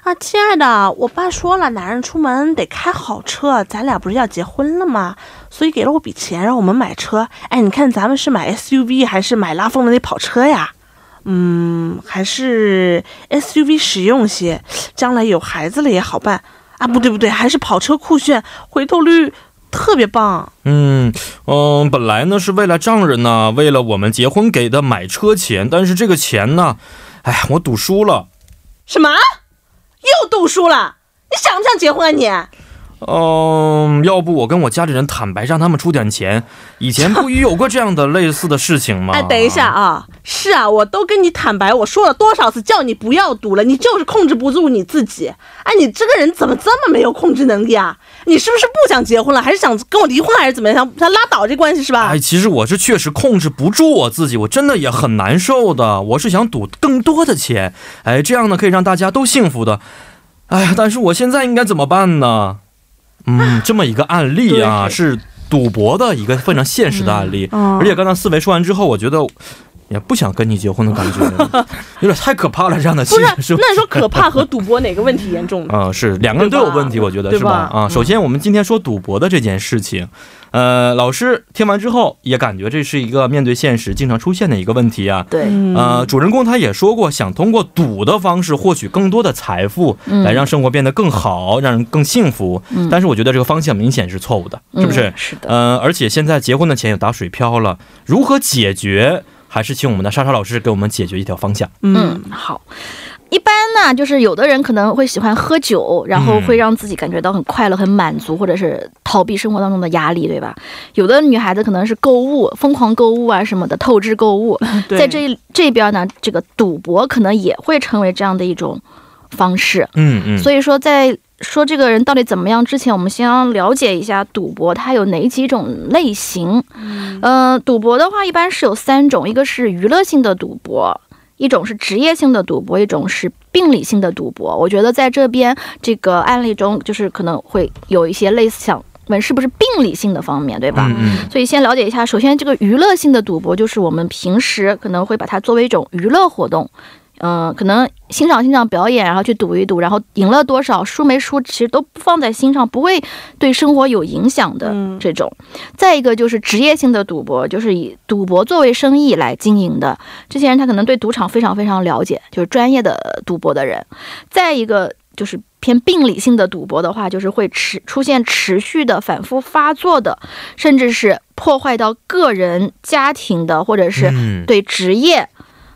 [SPEAKER 3] 啊，亲爱的，我爸说了，男人出门得开好车，咱俩不是要结婚了吗？所以给了我笔钱让我们买车。哎，你看咱们是买 SUV 还是买拉风的那跑车呀？嗯，还是 SUV 实用些，将来有孩子了也好办。啊，不对不对，还是跑车酷炫，回头率特别棒。
[SPEAKER 1] 嗯嗯、本来呢是为了丈人呢，为了我们结婚给的买车钱，但是这个钱呢，哎，我赌输了。
[SPEAKER 3] 什么？又赌输了？你想不想结婚啊你？
[SPEAKER 1] 嗯、要不我跟我家里人坦白，让他们出点钱。以前不也有过这样的类似的事情吗？
[SPEAKER 3] 哎，等一下啊，是啊，我都跟你坦白，我说了多少次叫你不要赌了，你就是控制不住你自己。哎，你这个人怎么这么没有控制能力啊？你是不是不想结婚了，还是想跟我离婚，还是怎么样？想想拉倒这关系是吧
[SPEAKER 1] 哎，？其实我是确实控制不住我自己，我真的也很难受的。我是想赌更多的钱，哎，这样呢可以让大家都幸福的。哎呀，但是我现在应该怎么办呢？嗯，这么一个案例啊，是赌博的一个非常现实的案例。
[SPEAKER 3] 嗯
[SPEAKER 1] 而且刚才思维说完之后，我觉得也不想跟你结婚的感觉， 有点太可怕了。这样的
[SPEAKER 3] 不
[SPEAKER 1] 气
[SPEAKER 3] 是啊
[SPEAKER 1] 氛，是吧
[SPEAKER 3] 那你说可怕和赌博哪个问题严重呢？
[SPEAKER 1] 啊、是两个人都有问题，我觉得
[SPEAKER 3] 对
[SPEAKER 1] 是
[SPEAKER 3] 吧
[SPEAKER 1] 吧？啊，
[SPEAKER 4] 嗯
[SPEAKER 1] 首先我们今天说赌博的这件事情，呃，老师听完之后也感觉这是一个面对现实经常出现的一个问题啊。
[SPEAKER 4] 对，
[SPEAKER 1] 呃，主人公他也说过，想通过赌的方式获取更多的财富，
[SPEAKER 4] 嗯
[SPEAKER 1] 来让生活变得更好，让人更幸福。
[SPEAKER 4] 嗯
[SPEAKER 1] 但是我觉得这个方向明显是错误的，是不是
[SPEAKER 4] 嗯？是的，
[SPEAKER 1] 呃，而且现在结婚的钱也打水漂了，如何解决？还是请我们的莎莎老师给我们解决一条方向。
[SPEAKER 4] 嗯，好。一般呢，就是有的人可能会喜欢喝酒，然后会让自己感觉到很快乐、很满足，或者是逃避生活当中的压力，对吧？有的女孩子可能是购物，疯狂购物啊什么的，透支购物。在这这边呢，这个赌博可能也会成为这样的一种方式。
[SPEAKER 1] 嗯嗯，
[SPEAKER 4] 所以说，在说这个人到底怎么样之前，我们先要了解一下赌博它有哪几种类型。嗯、赌博的话一般是有三种，一个是娱乐性的赌博。一种是职业性的赌博，一种是病理性的赌博。我觉得在这边这个案例中，就是可能会有一些类似想问是不是病理性的方面，对吧？
[SPEAKER 1] 嗯嗯，
[SPEAKER 4] 所以先了解一下，首先这个娱乐性的赌博，就是我们平时可能会把它作为一种娱乐活动，嗯、可能欣赏欣赏表演，然后去赌一赌，然后赢了多少，输没输，其实都不放在心上，不会对生活有影响的
[SPEAKER 3] 嗯
[SPEAKER 4] 这种。再一个就是职业性的赌博，就是以赌博作为生意来经营的，这些人他可能对赌场非常非常了解，就是专业的赌博的人。再一个就是偏病理性的赌博的话，就是会持出现持续的、反复发作的，甚至是破坏到个人、家庭的，或者是
[SPEAKER 1] 嗯
[SPEAKER 4] 对职业，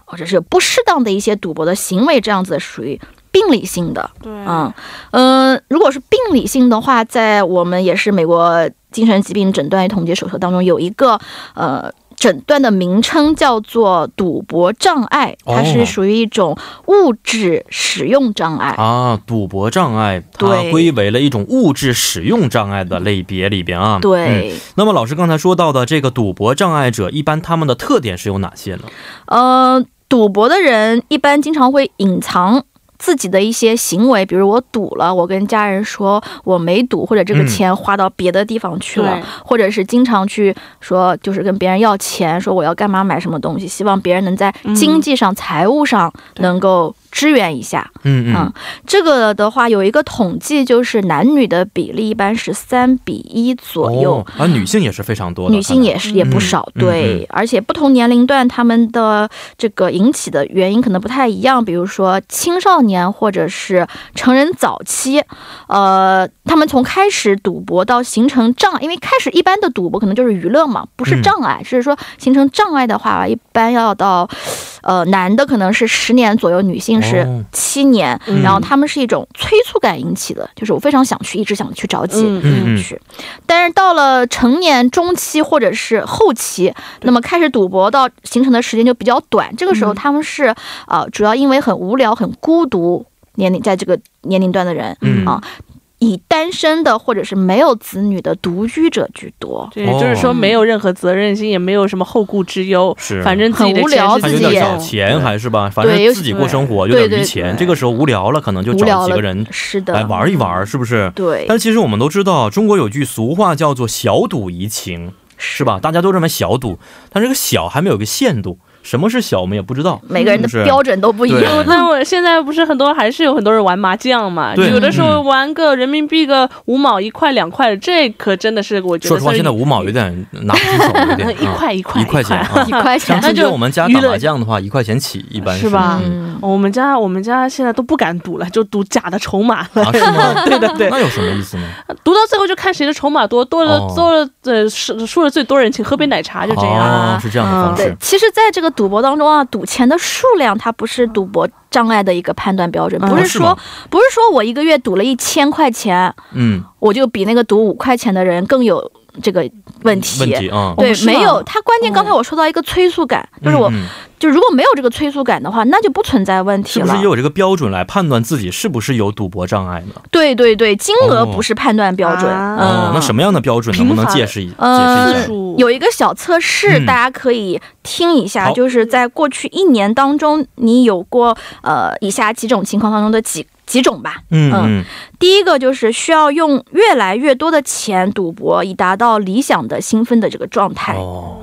[SPEAKER 4] 或者是不适当的一些赌博的行为，这样子属于病理性的。
[SPEAKER 3] 对，
[SPEAKER 4] 嗯嗯，如果是病理性的话，在我们也是美国精神疾病诊断与统计手册当中有一个呃诊断的名称叫做赌博障碍，它
[SPEAKER 1] 哦
[SPEAKER 4] 是属于一种物质使用障碍。
[SPEAKER 1] 啊，赌博障碍它
[SPEAKER 4] 对
[SPEAKER 1] 归为了一种物质使用障碍的类别里边啊。
[SPEAKER 4] 对，
[SPEAKER 1] 嗯那么老师刚才说到的这个赌博障碍者，一般他们的特点是有哪些呢？
[SPEAKER 4] 呃，赌博的人一般经常会隐藏自己的一些行为，比如我赌了，我跟家人说我没赌，或者这个
[SPEAKER 1] 嗯
[SPEAKER 4] 钱花到别的地方去了，
[SPEAKER 3] 对
[SPEAKER 4] 或者是经常去说就是跟别人要钱，说我要干嘛买什么东西，希望别人能在经济上、财务上能够支援一下。
[SPEAKER 1] 嗯嗯
[SPEAKER 4] 嗯，这个的话有一个统计，就是男女的比例一般是三比一左右。
[SPEAKER 1] 哦、啊，女性也是非常多的，
[SPEAKER 4] 女性也是也不少，
[SPEAKER 1] 嗯嗯嗯
[SPEAKER 4] 对，而且不同年龄段他们的这个引起的原因可能不太一样，比如说青少年或者是成人早期，呃，他们从开始赌博到形成障，因为开始一般的赌博可能就是娱乐嘛，不是
[SPEAKER 1] 嗯
[SPEAKER 4] 障碍，只是说形成障碍的话，一般要到，呃，男的可能是十年左右，女性是
[SPEAKER 1] 哦
[SPEAKER 4] 七年，
[SPEAKER 3] 嗯
[SPEAKER 4] 然后他们是一种催促感引起的，就是我非常想去，一直想去着急，
[SPEAKER 3] 嗯
[SPEAKER 1] 嗯嗯
[SPEAKER 4] 去。但是到了成年中期或者是后期，那么开始赌博到形成的时间就比较短。这个
[SPEAKER 1] 嗯
[SPEAKER 4] 时候他们是呃，主要因为很无聊、很孤独，年龄在这个年龄段的人，
[SPEAKER 1] 嗯
[SPEAKER 4] 啊，以单身的或者是没有子女的独居者居多。
[SPEAKER 5] 对，就是说没有任何责任心，也没有什么后顾之忧，
[SPEAKER 1] 哦是
[SPEAKER 5] 反正自己的
[SPEAKER 4] 很无
[SPEAKER 5] 钱
[SPEAKER 4] 聊
[SPEAKER 5] 是
[SPEAKER 1] 还
[SPEAKER 4] 自
[SPEAKER 1] 有点
[SPEAKER 4] 己也
[SPEAKER 1] 找钱还是吧，反正自己过生活有点余
[SPEAKER 4] 对
[SPEAKER 1] 钱，
[SPEAKER 4] 对
[SPEAKER 1] 这个时候无聊了，可能就
[SPEAKER 4] 无
[SPEAKER 1] 找
[SPEAKER 4] 聊
[SPEAKER 1] 几
[SPEAKER 4] 了
[SPEAKER 1] 个人
[SPEAKER 4] 是的，
[SPEAKER 1] 来玩一玩，是不是？
[SPEAKER 4] 对，
[SPEAKER 1] 但其实我们都知道，中国有句俗话叫做“小赌怡情”，是吧？大家都认为小赌，但这个小还没有个限度，什么是小我们也不知道。
[SPEAKER 4] 每个人的
[SPEAKER 1] 是不是
[SPEAKER 4] 标准都不一
[SPEAKER 1] 对
[SPEAKER 4] 样。
[SPEAKER 5] 那我现在不是很多，还是有很多人玩麻将嘛？
[SPEAKER 1] 对
[SPEAKER 5] 有的时候
[SPEAKER 1] 嗯
[SPEAKER 5] 玩个人民币个五毛一块两块，这可真的是我觉
[SPEAKER 1] 说
[SPEAKER 5] 得
[SPEAKER 1] 实话，
[SPEAKER 5] 算是嗯
[SPEAKER 1] 现在五毛有点 拿不出手，有 点
[SPEAKER 5] 一块一块
[SPEAKER 1] 一块钱啊
[SPEAKER 4] 一。块
[SPEAKER 1] 像
[SPEAKER 4] 钱，
[SPEAKER 1] 今
[SPEAKER 5] 那
[SPEAKER 1] 天
[SPEAKER 5] 就
[SPEAKER 1] 我们家打麻将的话，一块钱起一般
[SPEAKER 5] 是吧
[SPEAKER 1] 嗯
[SPEAKER 4] 嗯，
[SPEAKER 3] 我们家我们家现在都不敢赌了，就赌假的筹码了。
[SPEAKER 1] 啊，是吗？
[SPEAKER 3] 对的对
[SPEAKER 1] 那有什么意思呢？
[SPEAKER 5] 读到最后就看谁的筹码多，多了
[SPEAKER 1] 哦
[SPEAKER 5] 多了，呃，输输了最多人请喝杯奶茶，就这样。啊嗯
[SPEAKER 1] 哦，是这样的方
[SPEAKER 4] 对
[SPEAKER 1] 式，。
[SPEAKER 4] 其实，在这个赌博当中啊，赌钱的数量它不是赌博障碍的一个判断标准，
[SPEAKER 3] 嗯
[SPEAKER 4] 不是
[SPEAKER 1] 哦是吗
[SPEAKER 4] 说不是说我一个月赌了一千块钱，
[SPEAKER 1] 嗯，
[SPEAKER 4] 我就比那个赌五块钱的人更有这个问题。
[SPEAKER 1] 问题啊，
[SPEAKER 4] 对
[SPEAKER 3] 哦，是吗
[SPEAKER 4] 没有，它关键刚才我说到一个催促感，就是我、
[SPEAKER 1] 嗯嗯
[SPEAKER 4] 就如果没有这个催促感的话，那就不存在问题
[SPEAKER 1] 是
[SPEAKER 4] 了。
[SPEAKER 1] 不是也有这个标准来判断自己是不是有赌博障碍呢？
[SPEAKER 4] 对对对，金额
[SPEAKER 1] 哦
[SPEAKER 4] 不是判断标准。
[SPEAKER 3] 啊
[SPEAKER 4] 嗯、
[SPEAKER 1] 哦，那什么样的标准能不能解释一解
[SPEAKER 4] 嗯
[SPEAKER 1] 释一下？
[SPEAKER 3] 数
[SPEAKER 4] 有一个小测试，
[SPEAKER 1] 嗯
[SPEAKER 4] 大家可以听一下，
[SPEAKER 1] 好
[SPEAKER 4] 就是在过去一年当中，你有过呃以下几种情况当中的几几种吧。
[SPEAKER 1] 嗯嗯，
[SPEAKER 4] 第一个就是需要用越来越多的钱赌博，以达到理想的兴奋的这个状态。
[SPEAKER 1] 哦，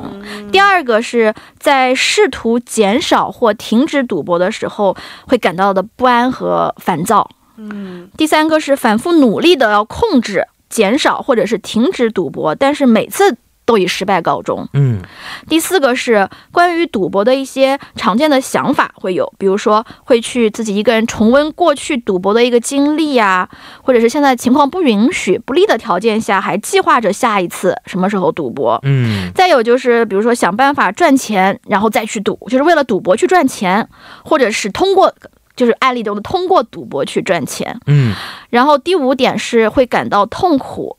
[SPEAKER 4] 第二个是在试图减少或停止赌博的时候会感到的不安和烦躁。嗯。第三个是反复努力的要控制、减少或者是停止赌博，但是每次都以失败告终。
[SPEAKER 1] 嗯，
[SPEAKER 4] 第四个是关于赌博的一些常见的想法会有，比如说会去自己一个人重温过去赌博的一个经历呀、或者是现在情况不允许、不利的条件下，还计划着下一次什么时候赌博。
[SPEAKER 1] 嗯，
[SPEAKER 4] 再有就是，比如说想办法赚钱，然后再去赌，就是为了赌博去赚钱，或者是通过就是案例中的通过赌博去赚钱。
[SPEAKER 1] 嗯，
[SPEAKER 4] 然后第五点是会感到痛苦，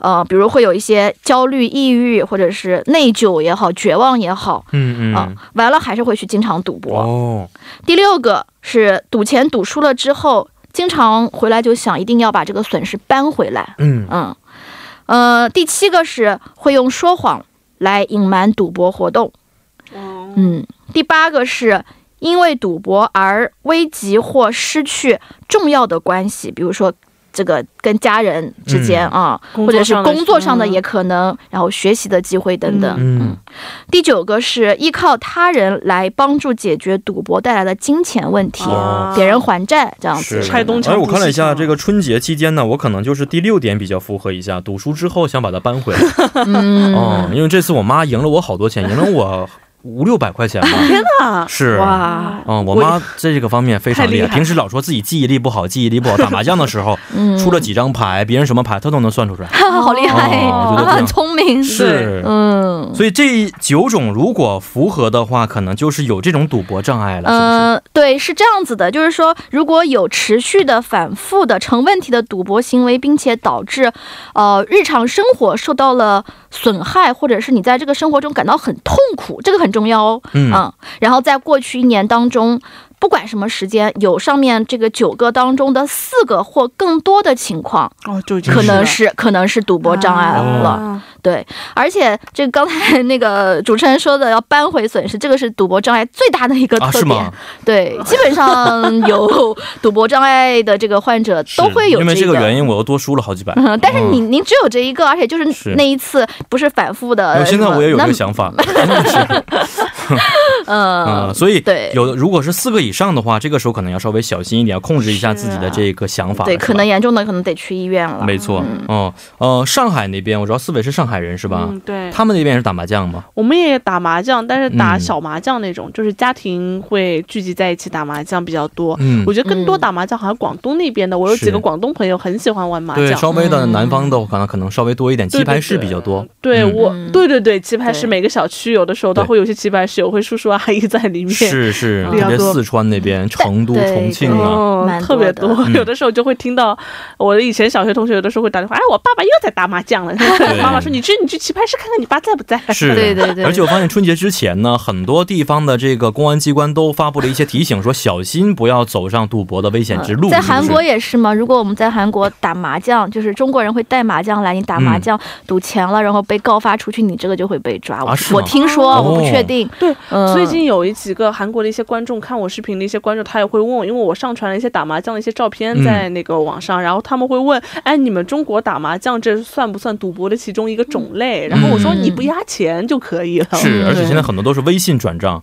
[SPEAKER 4] 呃，比如会有一些焦虑、抑郁，或者是内疚也好、绝望也好，
[SPEAKER 1] 嗯
[SPEAKER 4] 啊、
[SPEAKER 1] 嗯，
[SPEAKER 4] 完了还是会去经常赌博。
[SPEAKER 1] 哦，
[SPEAKER 4] 第六个是赌钱赌输了之后，经常回来就想一定要把这个损失扳回来。
[SPEAKER 1] 嗯
[SPEAKER 4] 嗯，呃，第七个是会用说谎来隐瞒赌博活动。
[SPEAKER 5] 哦
[SPEAKER 4] 嗯，第八个是因为赌博而危及或失去重要的关系，比如说。这个跟家人之间
[SPEAKER 1] 嗯
[SPEAKER 4] 啊，
[SPEAKER 5] 工
[SPEAKER 4] 或
[SPEAKER 5] 作
[SPEAKER 4] 者是
[SPEAKER 5] 上的
[SPEAKER 4] 工作上的
[SPEAKER 5] 嗯
[SPEAKER 4] 也可能，然后学习的机会等等。
[SPEAKER 1] 嗯
[SPEAKER 4] 第九个是依靠他人来帮助解决赌博带来的金钱问题，
[SPEAKER 1] 哦
[SPEAKER 4] 别人还债这样
[SPEAKER 1] 是。。
[SPEAKER 4] 子
[SPEAKER 3] 拆东墙
[SPEAKER 1] 而我看了一
[SPEAKER 3] 补西
[SPEAKER 1] 下，
[SPEAKER 3] 墙
[SPEAKER 1] 这个春节期间呢，我可能就是第六点比较符合一下，赌输之后想把它扳回来。
[SPEAKER 4] 嗯，
[SPEAKER 1] 哦，因为这次我妈赢了我好多钱，赢了我五六百块 钱吧。
[SPEAKER 3] 天哪！
[SPEAKER 1] 是。
[SPEAKER 4] 哇，
[SPEAKER 1] 嗯，我妈在这个方面非常厉害，
[SPEAKER 5] 太厉害
[SPEAKER 1] 平时老说自己记忆力不好，记忆力不好。打麻将的时候，
[SPEAKER 4] 嗯，
[SPEAKER 1] 出了几张牌，别人什么牌她都能算出出来。
[SPEAKER 4] 好厉害，
[SPEAKER 1] 哦我觉得
[SPEAKER 4] 啊很聪明，
[SPEAKER 1] 是，
[SPEAKER 4] 嗯。
[SPEAKER 1] 所以这九种如果符合的话，可能就是有这种赌博障碍了，是不是？
[SPEAKER 4] 嗯、对，是这样子的，就是说，如果有持续的、反复的、成问题的赌博行为，并且导致，呃，日常生活受到了损害，或者是你在这个生活中感到很痛苦，这个很重要哦。
[SPEAKER 1] 嗯
[SPEAKER 4] 嗯，然后在过去一年当中，不管什么时间，有上面这个九个当中的四个或更多的情况，
[SPEAKER 3] 哦，就已
[SPEAKER 1] 啊
[SPEAKER 3] 经
[SPEAKER 4] 可能
[SPEAKER 3] 了
[SPEAKER 4] 是可能是赌博障碍
[SPEAKER 1] 哦
[SPEAKER 4] 了。
[SPEAKER 3] 啊
[SPEAKER 4] 对，而且这刚才 那个主持人说的要扳回损失，这个是赌博障碍最大的一个
[SPEAKER 1] 啊，
[SPEAKER 4] 特
[SPEAKER 1] 是
[SPEAKER 4] 点。
[SPEAKER 1] 吗？
[SPEAKER 4] 对，基本上 有赌博障碍的这个患者都会有
[SPEAKER 1] 因为这个原
[SPEAKER 4] 因。
[SPEAKER 1] 因，我又多输了好几百。哦
[SPEAKER 4] 嗯，但是你您只有这一个，而且就是
[SPEAKER 1] 是
[SPEAKER 4] 那一次不是反复的
[SPEAKER 1] 我。现在我也有
[SPEAKER 4] 呃那
[SPEAKER 1] 这个
[SPEAKER 4] 么
[SPEAKER 1] 想法，
[SPEAKER 4] 嗯
[SPEAKER 1] 嗯，所以
[SPEAKER 4] 对
[SPEAKER 1] 有的如果是四个以上的话，这个时候可能要稍微小心一点，控制一下自己的这个想法了。
[SPEAKER 4] 啊对，
[SPEAKER 1] 是吧
[SPEAKER 4] 可能严重的可能得去医院了。嗯
[SPEAKER 1] 没错。哦，呃，上海那边我知道四伟是上海人是吧？
[SPEAKER 5] 嗯，对，
[SPEAKER 1] 他们那边也是打麻将吗？
[SPEAKER 5] 我们也打麻将，但是打
[SPEAKER 1] 嗯
[SPEAKER 5] 小麻将那种，就是家庭会聚集在一起打麻将比较多。
[SPEAKER 1] 嗯
[SPEAKER 5] 我，觉得更多
[SPEAKER 4] 嗯
[SPEAKER 5] 打麻将好像广东那边的，我有
[SPEAKER 1] 是
[SPEAKER 5] 几个广东朋友很喜欢玩麻
[SPEAKER 1] 对，
[SPEAKER 5] 将。
[SPEAKER 1] 稍微的
[SPEAKER 4] 嗯
[SPEAKER 1] 南方的可能可能稍微多一点，
[SPEAKER 5] 对
[SPEAKER 1] 棋牌
[SPEAKER 5] 对
[SPEAKER 1] 室
[SPEAKER 5] 对
[SPEAKER 1] 比较多。
[SPEAKER 5] 对
[SPEAKER 1] 嗯
[SPEAKER 5] 我
[SPEAKER 4] 嗯，
[SPEAKER 5] 对对对，棋牌室
[SPEAKER 4] 对
[SPEAKER 5] 每个小区有的时候它
[SPEAKER 1] 对
[SPEAKER 5] 会有些棋牌室，有会叔叔阿姨在里面，
[SPEAKER 1] 是是，
[SPEAKER 5] 比
[SPEAKER 1] 特
[SPEAKER 5] 较
[SPEAKER 1] 别
[SPEAKER 5] 多
[SPEAKER 1] 四川那边，成都、
[SPEAKER 4] 对
[SPEAKER 1] 重庆啊，
[SPEAKER 5] 哦
[SPEAKER 4] 蛮，
[SPEAKER 5] 特
[SPEAKER 4] 多
[SPEAKER 5] 别
[SPEAKER 4] 的
[SPEAKER 5] 多，
[SPEAKER 1] 嗯
[SPEAKER 5] 有的时候就会听到我的以前小学同学有的时候会打电话，哎，我爸爸又在打麻将 了。妈妈说你去你去棋牌室看看你爸在不在。
[SPEAKER 1] 是，
[SPEAKER 4] 对对对
[SPEAKER 1] 而且我发现春节之前呢，很多地方的这个公安机关都发布了一些提醒，说小心不要走上赌博的危险之路。
[SPEAKER 4] 嗯在
[SPEAKER 1] 是不是
[SPEAKER 4] 韩国也是嘛，如果我们在韩国打麻将，就是中国人会带麻将来，你打
[SPEAKER 1] 嗯
[SPEAKER 4] 麻将、赌钱了，然后被告发出去，你这个就会被抓。我
[SPEAKER 1] 啊是吗
[SPEAKER 4] 我听说，
[SPEAKER 1] 哦
[SPEAKER 4] 我不确定。
[SPEAKER 5] 对，
[SPEAKER 4] 嗯
[SPEAKER 5] 最近有一几个韩国的一些观众看我视频的一些观众，他也会问我，因为我上传了一些打麻将的一些照片
[SPEAKER 1] 嗯
[SPEAKER 5] 在那个网上，然后他们会问，哎，你们中国打麻将这算不算赌博的其中一个种类？然后我说
[SPEAKER 4] 嗯
[SPEAKER 5] 你不压钱就可以了。
[SPEAKER 1] 是，而且现在很多都是微信转账，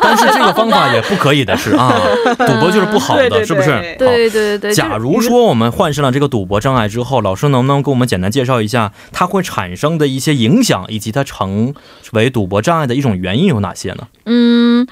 [SPEAKER 1] 但是这个方法也不可以的是 啊，赌博就是不好
[SPEAKER 5] 对对对
[SPEAKER 1] 的，是不是？好
[SPEAKER 4] 对对对，
[SPEAKER 1] 假如说我们患上了这个赌博障碍之后，老师能不能给我们简单介绍一下它会产生的一些影响，以及它成为赌博障碍的一种原因有哪些呢？
[SPEAKER 4] 嗯，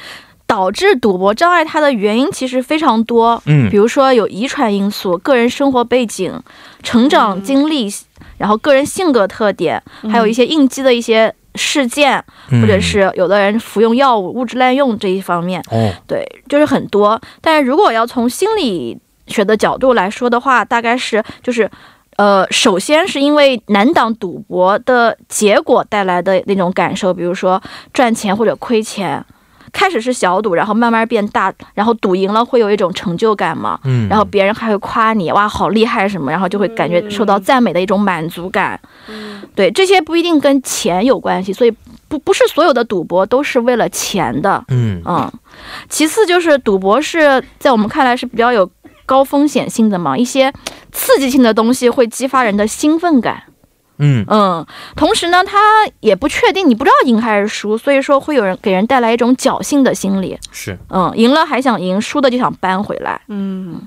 [SPEAKER 4] 导致赌博障碍它的原因其实非常多，
[SPEAKER 1] 嗯
[SPEAKER 4] 比，如说有遗传因素、个人生活背景、成长经历，然后个人性格特点，还有一些应激的一些事件，
[SPEAKER 1] 嗯
[SPEAKER 4] 或者是有的人服用药物、物质滥用这一方面，
[SPEAKER 1] 嗯哦，
[SPEAKER 4] 对，就是很多。但是如果要从心理学的角度来说的话，大概是就是。呃，首先是因为难挡赌博的结果带来的那种感受，比如说赚钱或者亏钱，开始是小赌，然后慢慢变大，然后赌赢了会有一种成就感嘛，
[SPEAKER 1] 嗯，
[SPEAKER 4] 然后别人还会夸你哇好厉害什么，然后就会感觉受到赞美的一种满足感。对，这些不一定跟钱有关系，所以不不是所有的赌博都是为了钱的。
[SPEAKER 1] 嗯
[SPEAKER 4] 嗯，其次就是赌博是在我们看来是比较有高风险性的嘛，一些刺激性的东西会激发人的兴奋感。
[SPEAKER 1] 嗯
[SPEAKER 4] 嗯，同时呢，它也不确定，你不知道赢还是输，所以说会有人给人带来一种侥幸的心理。
[SPEAKER 1] 是，
[SPEAKER 4] 嗯，赢了还想赢，输的就想扳回来。
[SPEAKER 5] 嗯，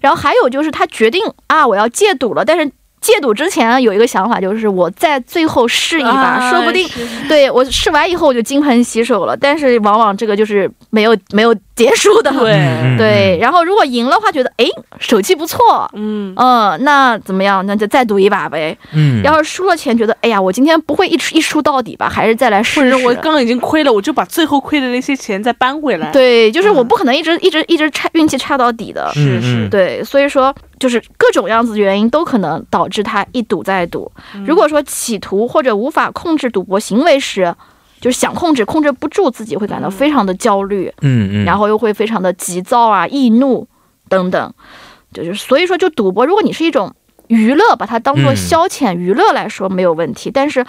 [SPEAKER 4] 然后还有就是他决定啊，我要戒赌了，但是。戒赌之前有一个想法，就是我再最后试一把，
[SPEAKER 5] 啊
[SPEAKER 4] 说不定对我试完以后我就金盆洗手了。但是往往这个就是没有没有结束的，
[SPEAKER 1] 嗯
[SPEAKER 5] 对，
[SPEAKER 4] 对，，然后如果赢了话，觉得哎手气不错，
[SPEAKER 5] 嗯，
[SPEAKER 4] 嗯，那怎么样？那就再赌一把呗。
[SPEAKER 1] 嗯，
[SPEAKER 4] 要是输了钱，觉得哎呀，我今天不会一出一输到底吧，还是再来试
[SPEAKER 5] 或者
[SPEAKER 4] 试。
[SPEAKER 5] 我刚刚已经亏了，我就把最后亏的那些钱再扳回来。，
[SPEAKER 4] 对，就是我
[SPEAKER 5] 嗯
[SPEAKER 4] 不可能一直一直一直差运气差到底
[SPEAKER 1] 嗯
[SPEAKER 4] 的。
[SPEAKER 5] 是是
[SPEAKER 1] 嗯
[SPEAKER 4] 对，所以说就是各种样子的原因都可能导致他一赌再赌。如果说企图或者无法控制赌博行为时，就是想控制控制不住，自己会感到非常的焦虑，
[SPEAKER 1] 嗯嗯，
[SPEAKER 4] 然后又会非常的急躁啊、易怒等等，就是所以说，就赌博，如果你是一种娱乐，把它当做
[SPEAKER 1] 嗯
[SPEAKER 4] 消遣娱乐来说没有问题，但是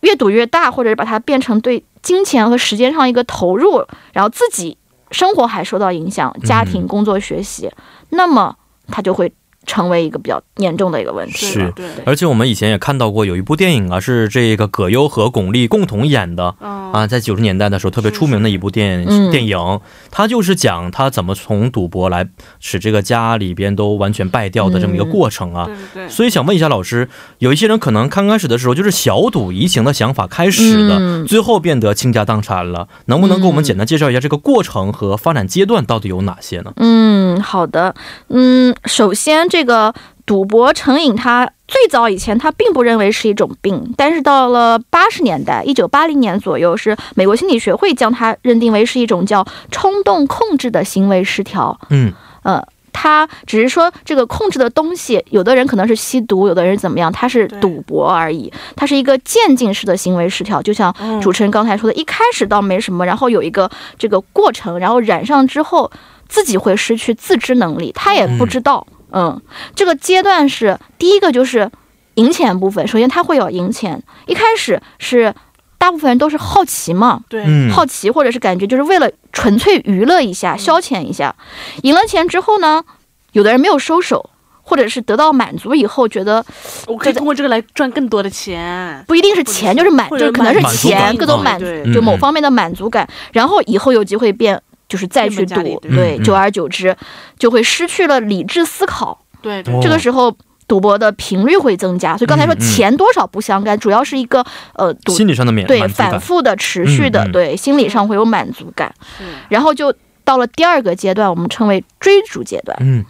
[SPEAKER 4] 越赌越大，或者是把它变成对金钱和时间上一个投入，然后自己生活还受到影响，家
[SPEAKER 1] 嗯
[SPEAKER 4] 庭、工作、学习，那么它就会成为一个比较严重的一个问题。
[SPEAKER 1] 是
[SPEAKER 5] 对的，
[SPEAKER 1] 而且我们以前也看到过有一部电影啊，是这个葛优和巩俐共同演的
[SPEAKER 5] 啊，
[SPEAKER 1] 啊，在九十年代的时候特别出名的一部电
[SPEAKER 4] 嗯
[SPEAKER 1] 电影，它就是讲他怎么从赌博来使这个家里边都完全败掉的这么一个过程啊。
[SPEAKER 5] 对对对，
[SPEAKER 1] 所以想问一下老师，有一些人可能刚开始的时候就是小赌怡情的想法开始的，
[SPEAKER 4] 嗯
[SPEAKER 1] 最后变得倾家荡产了，能不能给我们简单介绍一下这个过程和发展阶段到底有哪些呢？
[SPEAKER 4] 嗯，好的。嗯，首先这个赌博成瘾，它最早以前它并不认为是一种病，但是到了八十年代，一九八零年左右，是美国心理学会将它认定为是一种叫冲动控制的行为失调。
[SPEAKER 1] 嗯
[SPEAKER 4] 呃，它只是说这个控制的东西，有的人可能是吸毒，有的人怎么样，它是
[SPEAKER 5] 对
[SPEAKER 4] 赌博而已，它是一个渐进式的行为失调，就像
[SPEAKER 3] 嗯
[SPEAKER 4] 主持人刚才说的，一开始倒没什么，然后有一个这个过程，然后染上之后，自己会失去自知能力，他也不知道。嗯，这个阶段是第一个就是赢钱部分，首先他会有赢钱，一开始是大部分人都是好奇嘛，
[SPEAKER 5] 对，
[SPEAKER 1] 嗯，
[SPEAKER 4] 好奇或者是感觉，就是为了纯粹娱乐一下、消遣一下。赢了钱之后呢，有的人没有收手，或者是得到满足以后，觉得
[SPEAKER 5] 我可以通过这个来赚更多的钱，
[SPEAKER 4] 不一定是钱，就是满，
[SPEAKER 5] 或者
[SPEAKER 4] 就是可能
[SPEAKER 1] 满
[SPEAKER 4] 是
[SPEAKER 1] 足感
[SPEAKER 4] 钱，各种
[SPEAKER 1] 嗯
[SPEAKER 4] 满足，
[SPEAKER 5] 对
[SPEAKER 1] 嗯
[SPEAKER 4] 就某方面的满足感，然后以后有机会变，就是再去
[SPEAKER 5] 变本加厉
[SPEAKER 4] 赌，
[SPEAKER 5] 对
[SPEAKER 4] 对，
[SPEAKER 1] 嗯嗯
[SPEAKER 4] 久而久之就会失去了理智思考，
[SPEAKER 5] 对
[SPEAKER 1] 哦
[SPEAKER 5] 对
[SPEAKER 4] 这个时候。赌博的频率会增加，所以刚才说
[SPEAKER 1] 嗯嗯
[SPEAKER 4] 钱多少不相干，主要是一个呃赌
[SPEAKER 1] 心理上的免
[SPEAKER 4] 对
[SPEAKER 1] 满足感
[SPEAKER 4] 反复的、持续的，
[SPEAKER 1] 嗯嗯
[SPEAKER 4] 对心理上会有满足感。
[SPEAKER 5] 是，
[SPEAKER 4] 然后就到了第二个阶段，我们称为追逐阶段。
[SPEAKER 1] 嗯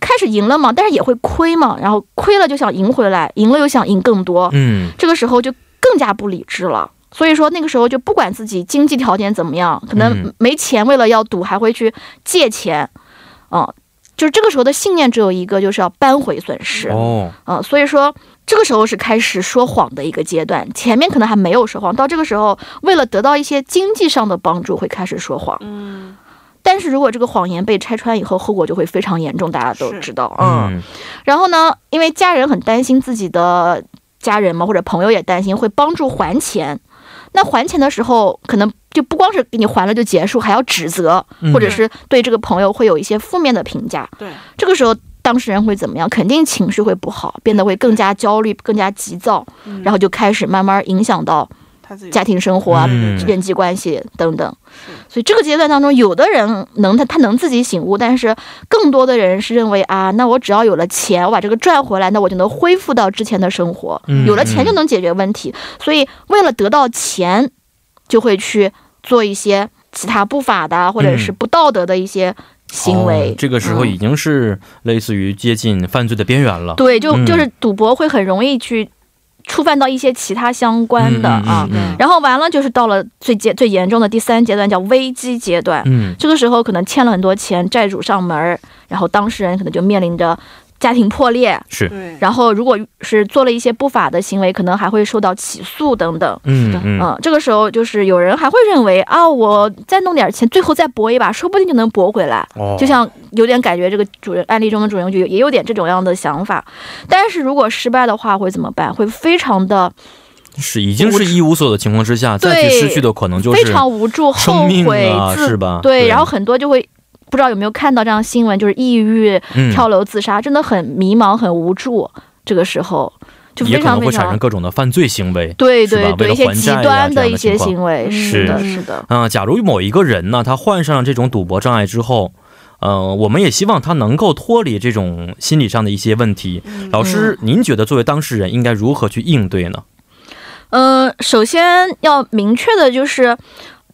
[SPEAKER 4] 开始赢了嘛，但是也会亏嘛，然后亏了就想赢回来，赢了又想赢更多，
[SPEAKER 1] 嗯
[SPEAKER 4] 这个时候就更加不理智了。所以说那个时候就不管自己经济条件怎么样，可
[SPEAKER 1] 嗯
[SPEAKER 4] 能没钱，为了要赌还会去借钱，嗯，就是这个时候的信念只有一个，就是要扳回损失。
[SPEAKER 1] 哦，
[SPEAKER 4] 嗯，所以说这个时候是开始说谎的一个阶段，前面可能还没有说谎，到这个时候为了得到一些经济上的帮助，会开始说谎。
[SPEAKER 5] 嗯，
[SPEAKER 4] 但是如果这个谎言被拆穿以后，后果就会非常严重，大家都
[SPEAKER 5] 是
[SPEAKER 4] 知道。嗯，
[SPEAKER 1] 嗯
[SPEAKER 4] 然后呢，因为家人很担心自己的家人嘛，或者朋友也担心，会帮助还钱。那还钱的时候，可能就不光是给你还了就结束，还要指责，
[SPEAKER 1] 嗯
[SPEAKER 4] 或者是对这个朋友会有一些负面的评价。
[SPEAKER 5] 对，
[SPEAKER 4] 这个时候当事人会怎么样？肯定情绪会不好，变得会更加焦虑、更加急躁，
[SPEAKER 5] 嗯
[SPEAKER 4] 然后就开始慢慢影响到
[SPEAKER 5] 他自己
[SPEAKER 4] 家庭生活啊、
[SPEAKER 1] 嗯
[SPEAKER 4] 人际关系等等。所以这个阶段当中，有的人能他他能自己醒悟，但是更多的人是认为啊，那我只要有了钱，我把这个赚回来，那我就能恢复到之前的生活，
[SPEAKER 1] 嗯
[SPEAKER 4] 有了钱就能解决问题。所以为了得到钱，就会去做一些其他不法的啊或者是
[SPEAKER 1] 嗯
[SPEAKER 4] 不道德的一些行为。
[SPEAKER 1] 哦这个时候
[SPEAKER 4] 嗯
[SPEAKER 1] 已经是类似于接近犯罪的边缘了。
[SPEAKER 4] 对，就
[SPEAKER 1] 嗯
[SPEAKER 4] 就是赌博会很容易去触犯到一些其他相关的啊。
[SPEAKER 1] 嗯嗯
[SPEAKER 4] 然后完了就是到了最阶最严重的第三阶段，叫危机阶段。
[SPEAKER 1] 嗯
[SPEAKER 4] 这个时候可能欠了很多钱，债主上门儿，然后当事人可能就面临着家庭破裂，
[SPEAKER 1] 是，
[SPEAKER 5] 对，
[SPEAKER 4] 然后如果是做了一些不法的行为，可能还会受到起诉等等。
[SPEAKER 1] 嗯嗯，
[SPEAKER 4] 嗯，这个时候就是有人还会认为啊，我再弄点钱，最后再搏一把，说不定就能搏回来。
[SPEAKER 1] 哦
[SPEAKER 4] 就像有点感觉这个主人案例中的主人就也有点这种样的想法，但是如果失败的话会怎么办？会非常的
[SPEAKER 1] 是已经是一无所有的情况之下，再去
[SPEAKER 4] 对
[SPEAKER 1] 失去的可能就是
[SPEAKER 4] 非常无助、后
[SPEAKER 1] 生命
[SPEAKER 4] 悔、
[SPEAKER 1] 啊，
[SPEAKER 4] 自
[SPEAKER 1] 是吧？
[SPEAKER 4] 对，然后很多就会不知道有没有看到这样的新闻，就是抑郁、
[SPEAKER 1] 嗯
[SPEAKER 4] 跳楼自杀，真的很迷茫、很无助。这个时候就
[SPEAKER 1] 也
[SPEAKER 4] 非
[SPEAKER 1] 可能
[SPEAKER 4] 常
[SPEAKER 1] 会
[SPEAKER 4] 非
[SPEAKER 1] 产生
[SPEAKER 4] 常
[SPEAKER 1] 各种的犯罪行为。
[SPEAKER 4] 对
[SPEAKER 1] 是吧
[SPEAKER 4] 对
[SPEAKER 1] 为
[SPEAKER 4] 对
[SPEAKER 1] 了
[SPEAKER 4] 一些
[SPEAKER 1] 还
[SPEAKER 4] 极
[SPEAKER 1] 债呀
[SPEAKER 4] 端
[SPEAKER 1] 这样的
[SPEAKER 4] 一些
[SPEAKER 1] 情况
[SPEAKER 4] 行为，是的，是的。
[SPEAKER 1] 嗯、假如某一个人呢，他患上了这种赌博障碍之后，呃，我们也希望他能够脱离这种心理上的一些问题。
[SPEAKER 4] 嗯
[SPEAKER 1] 老师，您觉得作为当事人应该如何去应对呢？
[SPEAKER 4] 嗯，首先要明确的就是，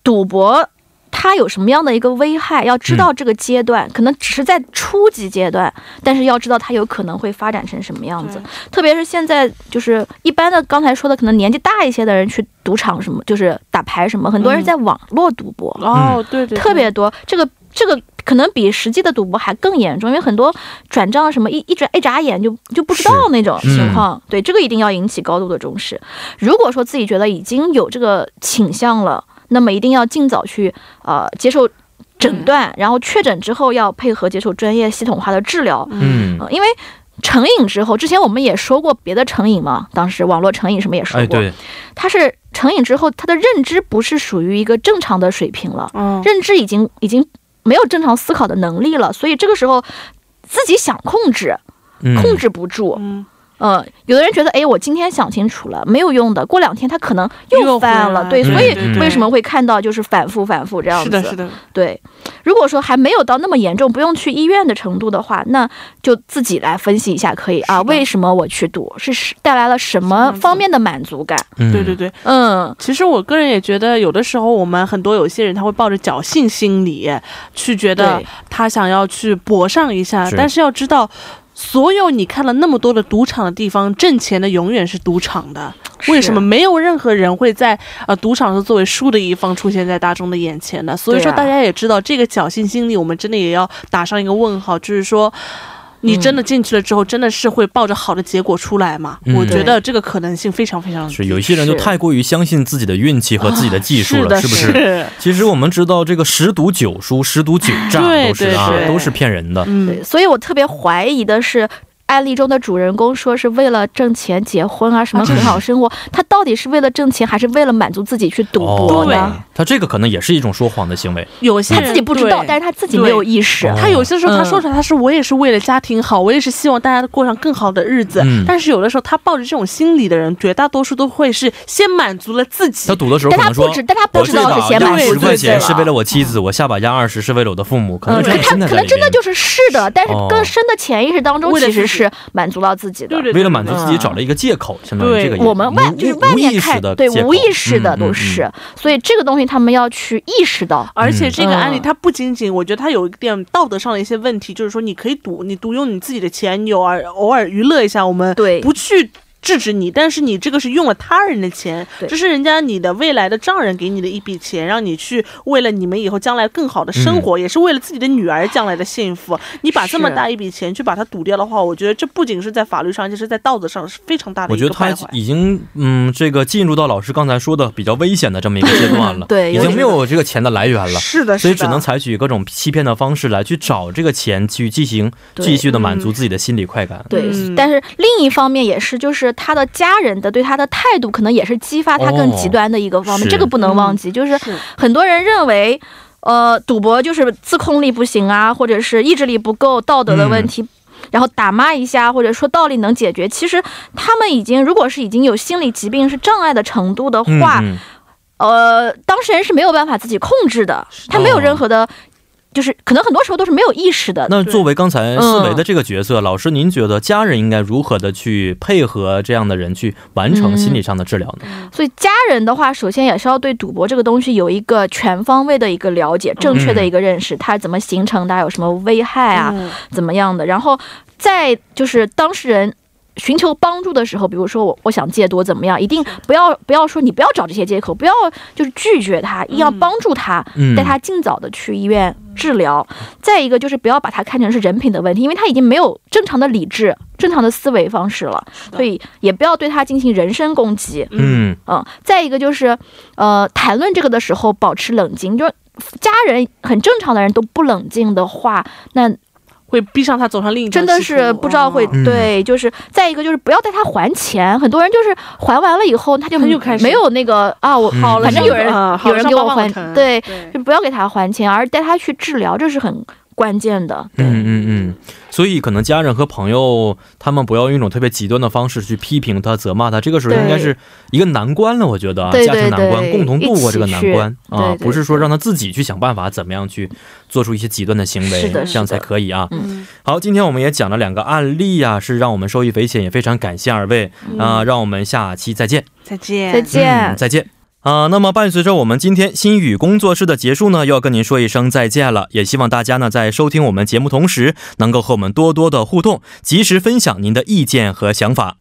[SPEAKER 4] 赌博它有什么样的一个危害，要知道
[SPEAKER 1] 嗯
[SPEAKER 4] 这个阶段、可能只是在初级阶段，但是要知道它有可能会发展成什么样子。特别是现在，就是一般的刚才说的，可能年纪大一些的人去赌场什么，就是打牌什么，很多人
[SPEAKER 5] 嗯
[SPEAKER 4] 在网络赌博、
[SPEAKER 5] 哦，对对，对
[SPEAKER 4] 特别多。这个这个可能比实际的赌博还更严重，因为很多转账什么一一转一眨眼就就不知道
[SPEAKER 1] 是
[SPEAKER 4] 那种
[SPEAKER 1] 嗯
[SPEAKER 4] 情况。对，这个一定要引起高度的重视。如果说自己觉得已经有这个倾向了，那么一定要尽早去呃接受
[SPEAKER 5] 嗯
[SPEAKER 4] 诊断，然后确诊之后要配合接受专业系统化的治疗。
[SPEAKER 1] 嗯，
[SPEAKER 4] 呃因为成瘾之后，之前我们也说过别的成瘾嘛，当时网络成瘾什么也说
[SPEAKER 1] 哎，
[SPEAKER 4] 过，
[SPEAKER 1] 对，
[SPEAKER 4] 它是成瘾之后，它的认知不是属于一个正常的水平
[SPEAKER 1] 哦
[SPEAKER 4] 了，
[SPEAKER 3] 嗯，
[SPEAKER 4] 认知已经已经没有正常思考的能力了，所以这个时候自己想控制，
[SPEAKER 1] 嗯
[SPEAKER 4] 控制不住。
[SPEAKER 3] 嗯
[SPEAKER 4] 呃，有的人觉得，哎，我今天想清楚了，没有用的，过两天他可能又
[SPEAKER 3] 又回
[SPEAKER 4] 犯了，
[SPEAKER 3] 来
[SPEAKER 4] 对，
[SPEAKER 1] 嗯
[SPEAKER 4] 所以
[SPEAKER 1] 对对
[SPEAKER 4] 为什么会看到就是反复反复这样子？
[SPEAKER 3] 是的，是的，
[SPEAKER 4] 对，如果说还没有到那么严重，不用去医院的程度的话，那就自己来分析一下，可以啊，
[SPEAKER 3] 是的
[SPEAKER 4] 为什么我去赌，是是带来了什么方面的满足感？
[SPEAKER 1] 嗯
[SPEAKER 3] 对对对。
[SPEAKER 4] 嗯，
[SPEAKER 3] 其实我个人也觉得，有的时候我们很多有些人他会抱着侥幸心理去觉得
[SPEAKER 4] 对，
[SPEAKER 3] 他想要去搏上一下，
[SPEAKER 1] 是
[SPEAKER 3] 但是要知道。所有你看了那么多的赌场的地方，挣钱的永远是赌场的。为什么没有任何人会在呃赌场是作为输的一方出现在大众的眼前的？所以说，
[SPEAKER 4] 对啊
[SPEAKER 3] 大家也知道、这个侥幸心理，我们真的也要打上一个问号，就是说，你真的进去了之后，真的是会抱着好的结果出来吗？
[SPEAKER 1] 嗯
[SPEAKER 3] 我觉得这个可能性非常非
[SPEAKER 4] 嗯
[SPEAKER 3] 常低
[SPEAKER 1] 是有一些人就是太过于相信自己的运气和自己的技术
[SPEAKER 4] 啊
[SPEAKER 1] 了，
[SPEAKER 3] 的，
[SPEAKER 1] 是不是？
[SPEAKER 3] 是？
[SPEAKER 1] 其实我们知道这个十赌九输、十赌 九诈
[SPEAKER 3] 对
[SPEAKER 1] 都是啊
[SPEAKER 3] 对，对
[SPEAKER 1] 都是骗人的。
[SPEAKER 3] 嗯
[SPEAKER 4] 对，所以我特别怀疑的是。案例中的主人公说是为了挣钱结婚啊，什么很好生活，他到底是为了挣钱，还是为了满足自己去赌博呢？
[SPEAKER 1] 哦，他这个可能也是一种说谎的行为。
[SPEAKER 3] 有些
[SPEAKER 4] 他
[SPEAKER 3] 人
[SPEAKER 4] 自己不知道，
[SPEAKER 3] 对
[SPEAKER 4] 但是他自己没有意识。
[SPEAKER 1] 哦
[SPEAKER 3] 他有些时候他
[SPEAKER 4] 嗯
[SPEAKER 3] 说出来，他说我也是为了家庭好，我也是希望大家过上更好的日子。
[SPEAKER 1] 嗯
[SPEAKER 3] 但是有的时候他抱着这种心理的人，绝大多数都会是先满足了自己
[SPEAKER 1] 他。赌的时候
[SPEAKER 4] 但
[SPEAKER 1] 可
[SPEAKER 4] 他
[SPEAKER 1] 能说
[SPEAKER 4] 不知，但他不
[SPEAKER 1] 我
[SPEAKER 4] 知
[SPEAKER 1] 这
[SPEAKER 4] 道
[SPEAKER 1] 把
[SPEAKER 4] 是先买
[SPEAKER 1] 压
[SPEAKER 3] 对
[SPEAKER 1] 十
[SPEAKER 3] 对
[SPEAKER 1] 块钱
[SPEAKER 3] 对
[SPEAKER 1] 是为了我妻子，我下把压二十是为了我的父母，可能
[SPEAKER 4] 嗯，
[SPEAKER 1] 这
[SPEAKER 4] 可
[SPEAKER 1] 种
[SPEAKER 4] 他
[SPEAKER 1] 心态
[SPEAKER 4] 可
[SPEAKER 1] 在
[SPEAKER 4] 能
[SPEAKER 1] 里
[SPEAKER 4] 真的
[SPEAKER 1] 面。
[SPEAKER 4] 就是是的，但是
[SPEAKER 1] 哦
[SPEAKER 4] 更深的潜意识当中
[SPEAKER 3] 为了
[SPEAKER 4] 其
[SPEAKER 3] 自
[SPEAKER 4] 实
[SPEAKER 3] 己
[SPEAKER 4] 是满足到自己的
[SPEAKER 3] 对。对对，
[SPEAKER 1] 为了满足自己
[SPEAKER 4] 嗯
[SPEAKER 1] 找了一个借口，相当于
[SPEAKER 3] 对
[SPEAKER 1] 这个也
[SPEAKER 4] 我们外
[SPEAKER 1] 哎无
[SPEAKER 4] 就是外
[SPEAKER 1] 无
[SPEAKER 4] 面
[SPEAKER 1] 意识
[SPEAKER 4] 看
[SPEAKER 1] 的
[SPEAKER 4] 对
[SPEAKER 1] 借口
[SPEAKER 4] 无意识的
[SPEAKER 1] 嗯
[SPEAKER 4] 都
[SPEAKER 1] 嗯
[SPEAKER 4] 是，
[SPEAKER 1] 嗯
[SPEAKER 4] 所以这个东西他们要去意识到。
[SPEAKER 3] 而且这个案例，
[SPEAKER 4] 嗯
[SPEAKER 3] 它不仅仅，我觉得它有一点道德上的一些问题，就是说你可以赌，你赌用你自己的钱，你偶尔偶尔娱乐一下，我们
[SPEAKER 4] 对
[SPEAKER 3] 不去制止你，但是你这个是用了他人的钱，
[SPEAKER 4] 对
[SPEAKER 3] 这是人家你的未来的丈人给你的一笔钱，让你去为了你们以后将来更好的
[SPEAKER 1] 嗯
[SPEAKER 3] 生活，也是为了自己的女儿将来的幸福。你把这么
[SPEAKER 4] 是
[SPEAKER 3] 大一笔钱去把它赌掉的话，我觉得这不仅是在法律上，就是在道德上是非常大的
[SPEAKER 1] 我
[SPEAKER 3] 一
[SPEAKER 1] 觉
[SPEAKER 3] 个
[SPEAKER 1] 得他
[SPEAKER 3] 败坏。
[SPEAKER 1] 已经嗯，这个进入到老师刚才说的比较危险的这么一个阶段了，
[SPEAKER 4] 对
[SPEAKER 1] 已
[SPEAKER 4] 有
[SPEAKER 1] 经
[SPEAKER 4] 点
[SPEAKER 1] 没有这个钱的来源了。
[SPEAKER 3] 是的，
[SPEAKER 1] 所以
[SPEAKER 3] 是的
[SPEAKER 1] 只能采取各种欺骗的方式来去找这个钱，去进行
[SPEAKER 4] 对
[SPEAKER 1] 继续的满足自己的心理快感。
[SPEAKER 4] 对，
[SPEAKER 3] 嗯
[SPEAKER 4] 但是另一方面也是，就是他的家人的对他的态度，可能也是激发他更极端的一个方面，
[SPEAKER 1] 哦
[SPEAKER 4] 这个不能忘记。就是
[SPEAKER 3] 嗯是
[SPEAKER 4] 很多人认为，呃，赌博就是自控力不行啊，或者是意志力不够，道德的
[SPEAKER 1] 嗯
[SPEAKER 4] 问题。然后打骂一下，或者说道理能解决。其实他们已经，如果是已经有心理疾病、是障碍的程度的
[SPEAKER 1] 嗯
[SPEAKER 4] 话，
[SPEAKER 1] 嗯
[SPEAKER 4] 呃，当事人是没有办法自己控制的，他没有任何的，就是可能很多时候都是没有意识的。
[SPEAKER 1] 那作为刚
[SPEAKER 4] 嗯
[SPEAKER 1] 才思维的这个角色，老师，您觉得家人应该如何的去配合这样的人去完成心理上的治疗呢？
[SPEAKER 4] 所以家人的话，首先也是要对赌博这个东西有一个全方位的一个了解，正确的一个认识，它怎么形成的，有什么危害啊，
[SPEAKER 3] 嗯
[SPEAKER 4] 怎么样的。然后再就是当事人。寻求帮助的时候，比如说我我想戒毒怎么样，一定不要不要说你不要找这些借口，不要就是拒绝他，一定要帮助他，
[SPEAKER 1] 嗯，
[SPEAKER 4] 带他尽早的去医院治疗。再一个就是不要把他看成是人品的问题，因为他已经没有正常的理智、正常的思维方式了，所以也不要对他进行人身攻击。
[SPEAKER 1] 嗯，
[SPEAKER 4] 嗯，再一个就是，呃，谈论这个的时候保持冷静，就是家人很正常的人都不冷静的话，那
[SPEAKER 3] 会逼上他走上另一条
[SPEAKER 4] 真的
[SPEAKER 3] 歧途
[SPEAKER 4] 是不知道会、
[SPEAKER 3] 哦
[SPEAKER 1] 嗯
[SPEAKER 4] 对，就是再一个就是不要带他还钱，很多人就是还完了以后他就
[SPEAKER 3] 他就开始
[SPEAKER 4] 没有那个啊，我
[SPEAKER 1] 嗯
[SPEAKER 4] 好了，反正有人、
[SPEAKER 3] 啊好
[SPEAKER 4] 有人
[SPEAKER 3] 像
[SPEAKER 4] 给
[SPEAKER 3] 帮
[SPEAKER 4] 我
[SPEAKER 3] 帮
[SPEAKER 4] 还
[SPEAKER 3] 疼
[SPEAKER 4] 对，
[SPEAKER 3] 对
[SPEAKER 4] 就不要给他还钱，而带他去治疗，这是很关键的。对，
[SPEAKER 1] 嗯嗯嗯，所以可能家人和朋友他们不要用一种特别极端的方式去批评他、责骂他，这个时候应该是一个难关了，我觉得啊，
[SPEAKER 4] 对
[SPEAKER 1] 家庭难
[SPEAKER 4] 对
[SPEAKER 1] 关，
[SPEAKER 4] 对
[SPEAKER 1] 共同度过这个难关
[SPEAKER 4] 一起去对
[SPEAKER 1] 啊
[SPEAKER 4] 对，对
[SPEAKER 1] 不是说让他自己去想办法怎么样去做出一些极端的行为
[SPEAKER 4] 是的，
[SPEAKER 1] 这样才可以啊。
[SPEAKER 3] 嗯
[SPEAKER 1] 好，今天我们也讲了两个案例啊，是让我们受益匪浅，也非常感谢二位
[SPEAKER 4] 嗯
[SPEAKER 1] 啊、让我们下期再见。
[SPEAKER 3] 再见，
[SPEAKER 4] 再见。
[SPEAKER 1] 嗯、再见。啊、那么伴随着我们今天心语工作室的结束呢，又要跟您说一声再见了。也希望大家呢，在收听我们节目同时，能够和我们多多的互动，及时分享您的意见和想法。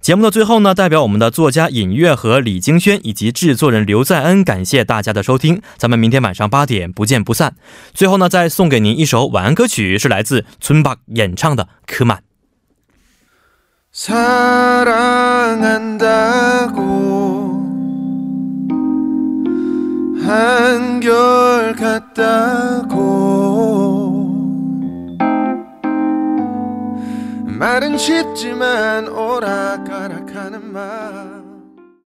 [SPEAKER 1] 节目的最后呢，代表我们的作家尹月和李京轩以及制作人刘在恩，感谢大家的收听。咱们明天晚上八点不见不散。最后呢，再送给您一首晚安歌曲，是来自村霸演唱的《可满》。
[SPEAKER 6] 사랑한다고 한결 같다고 말은 쉽지만 오락가락하는 말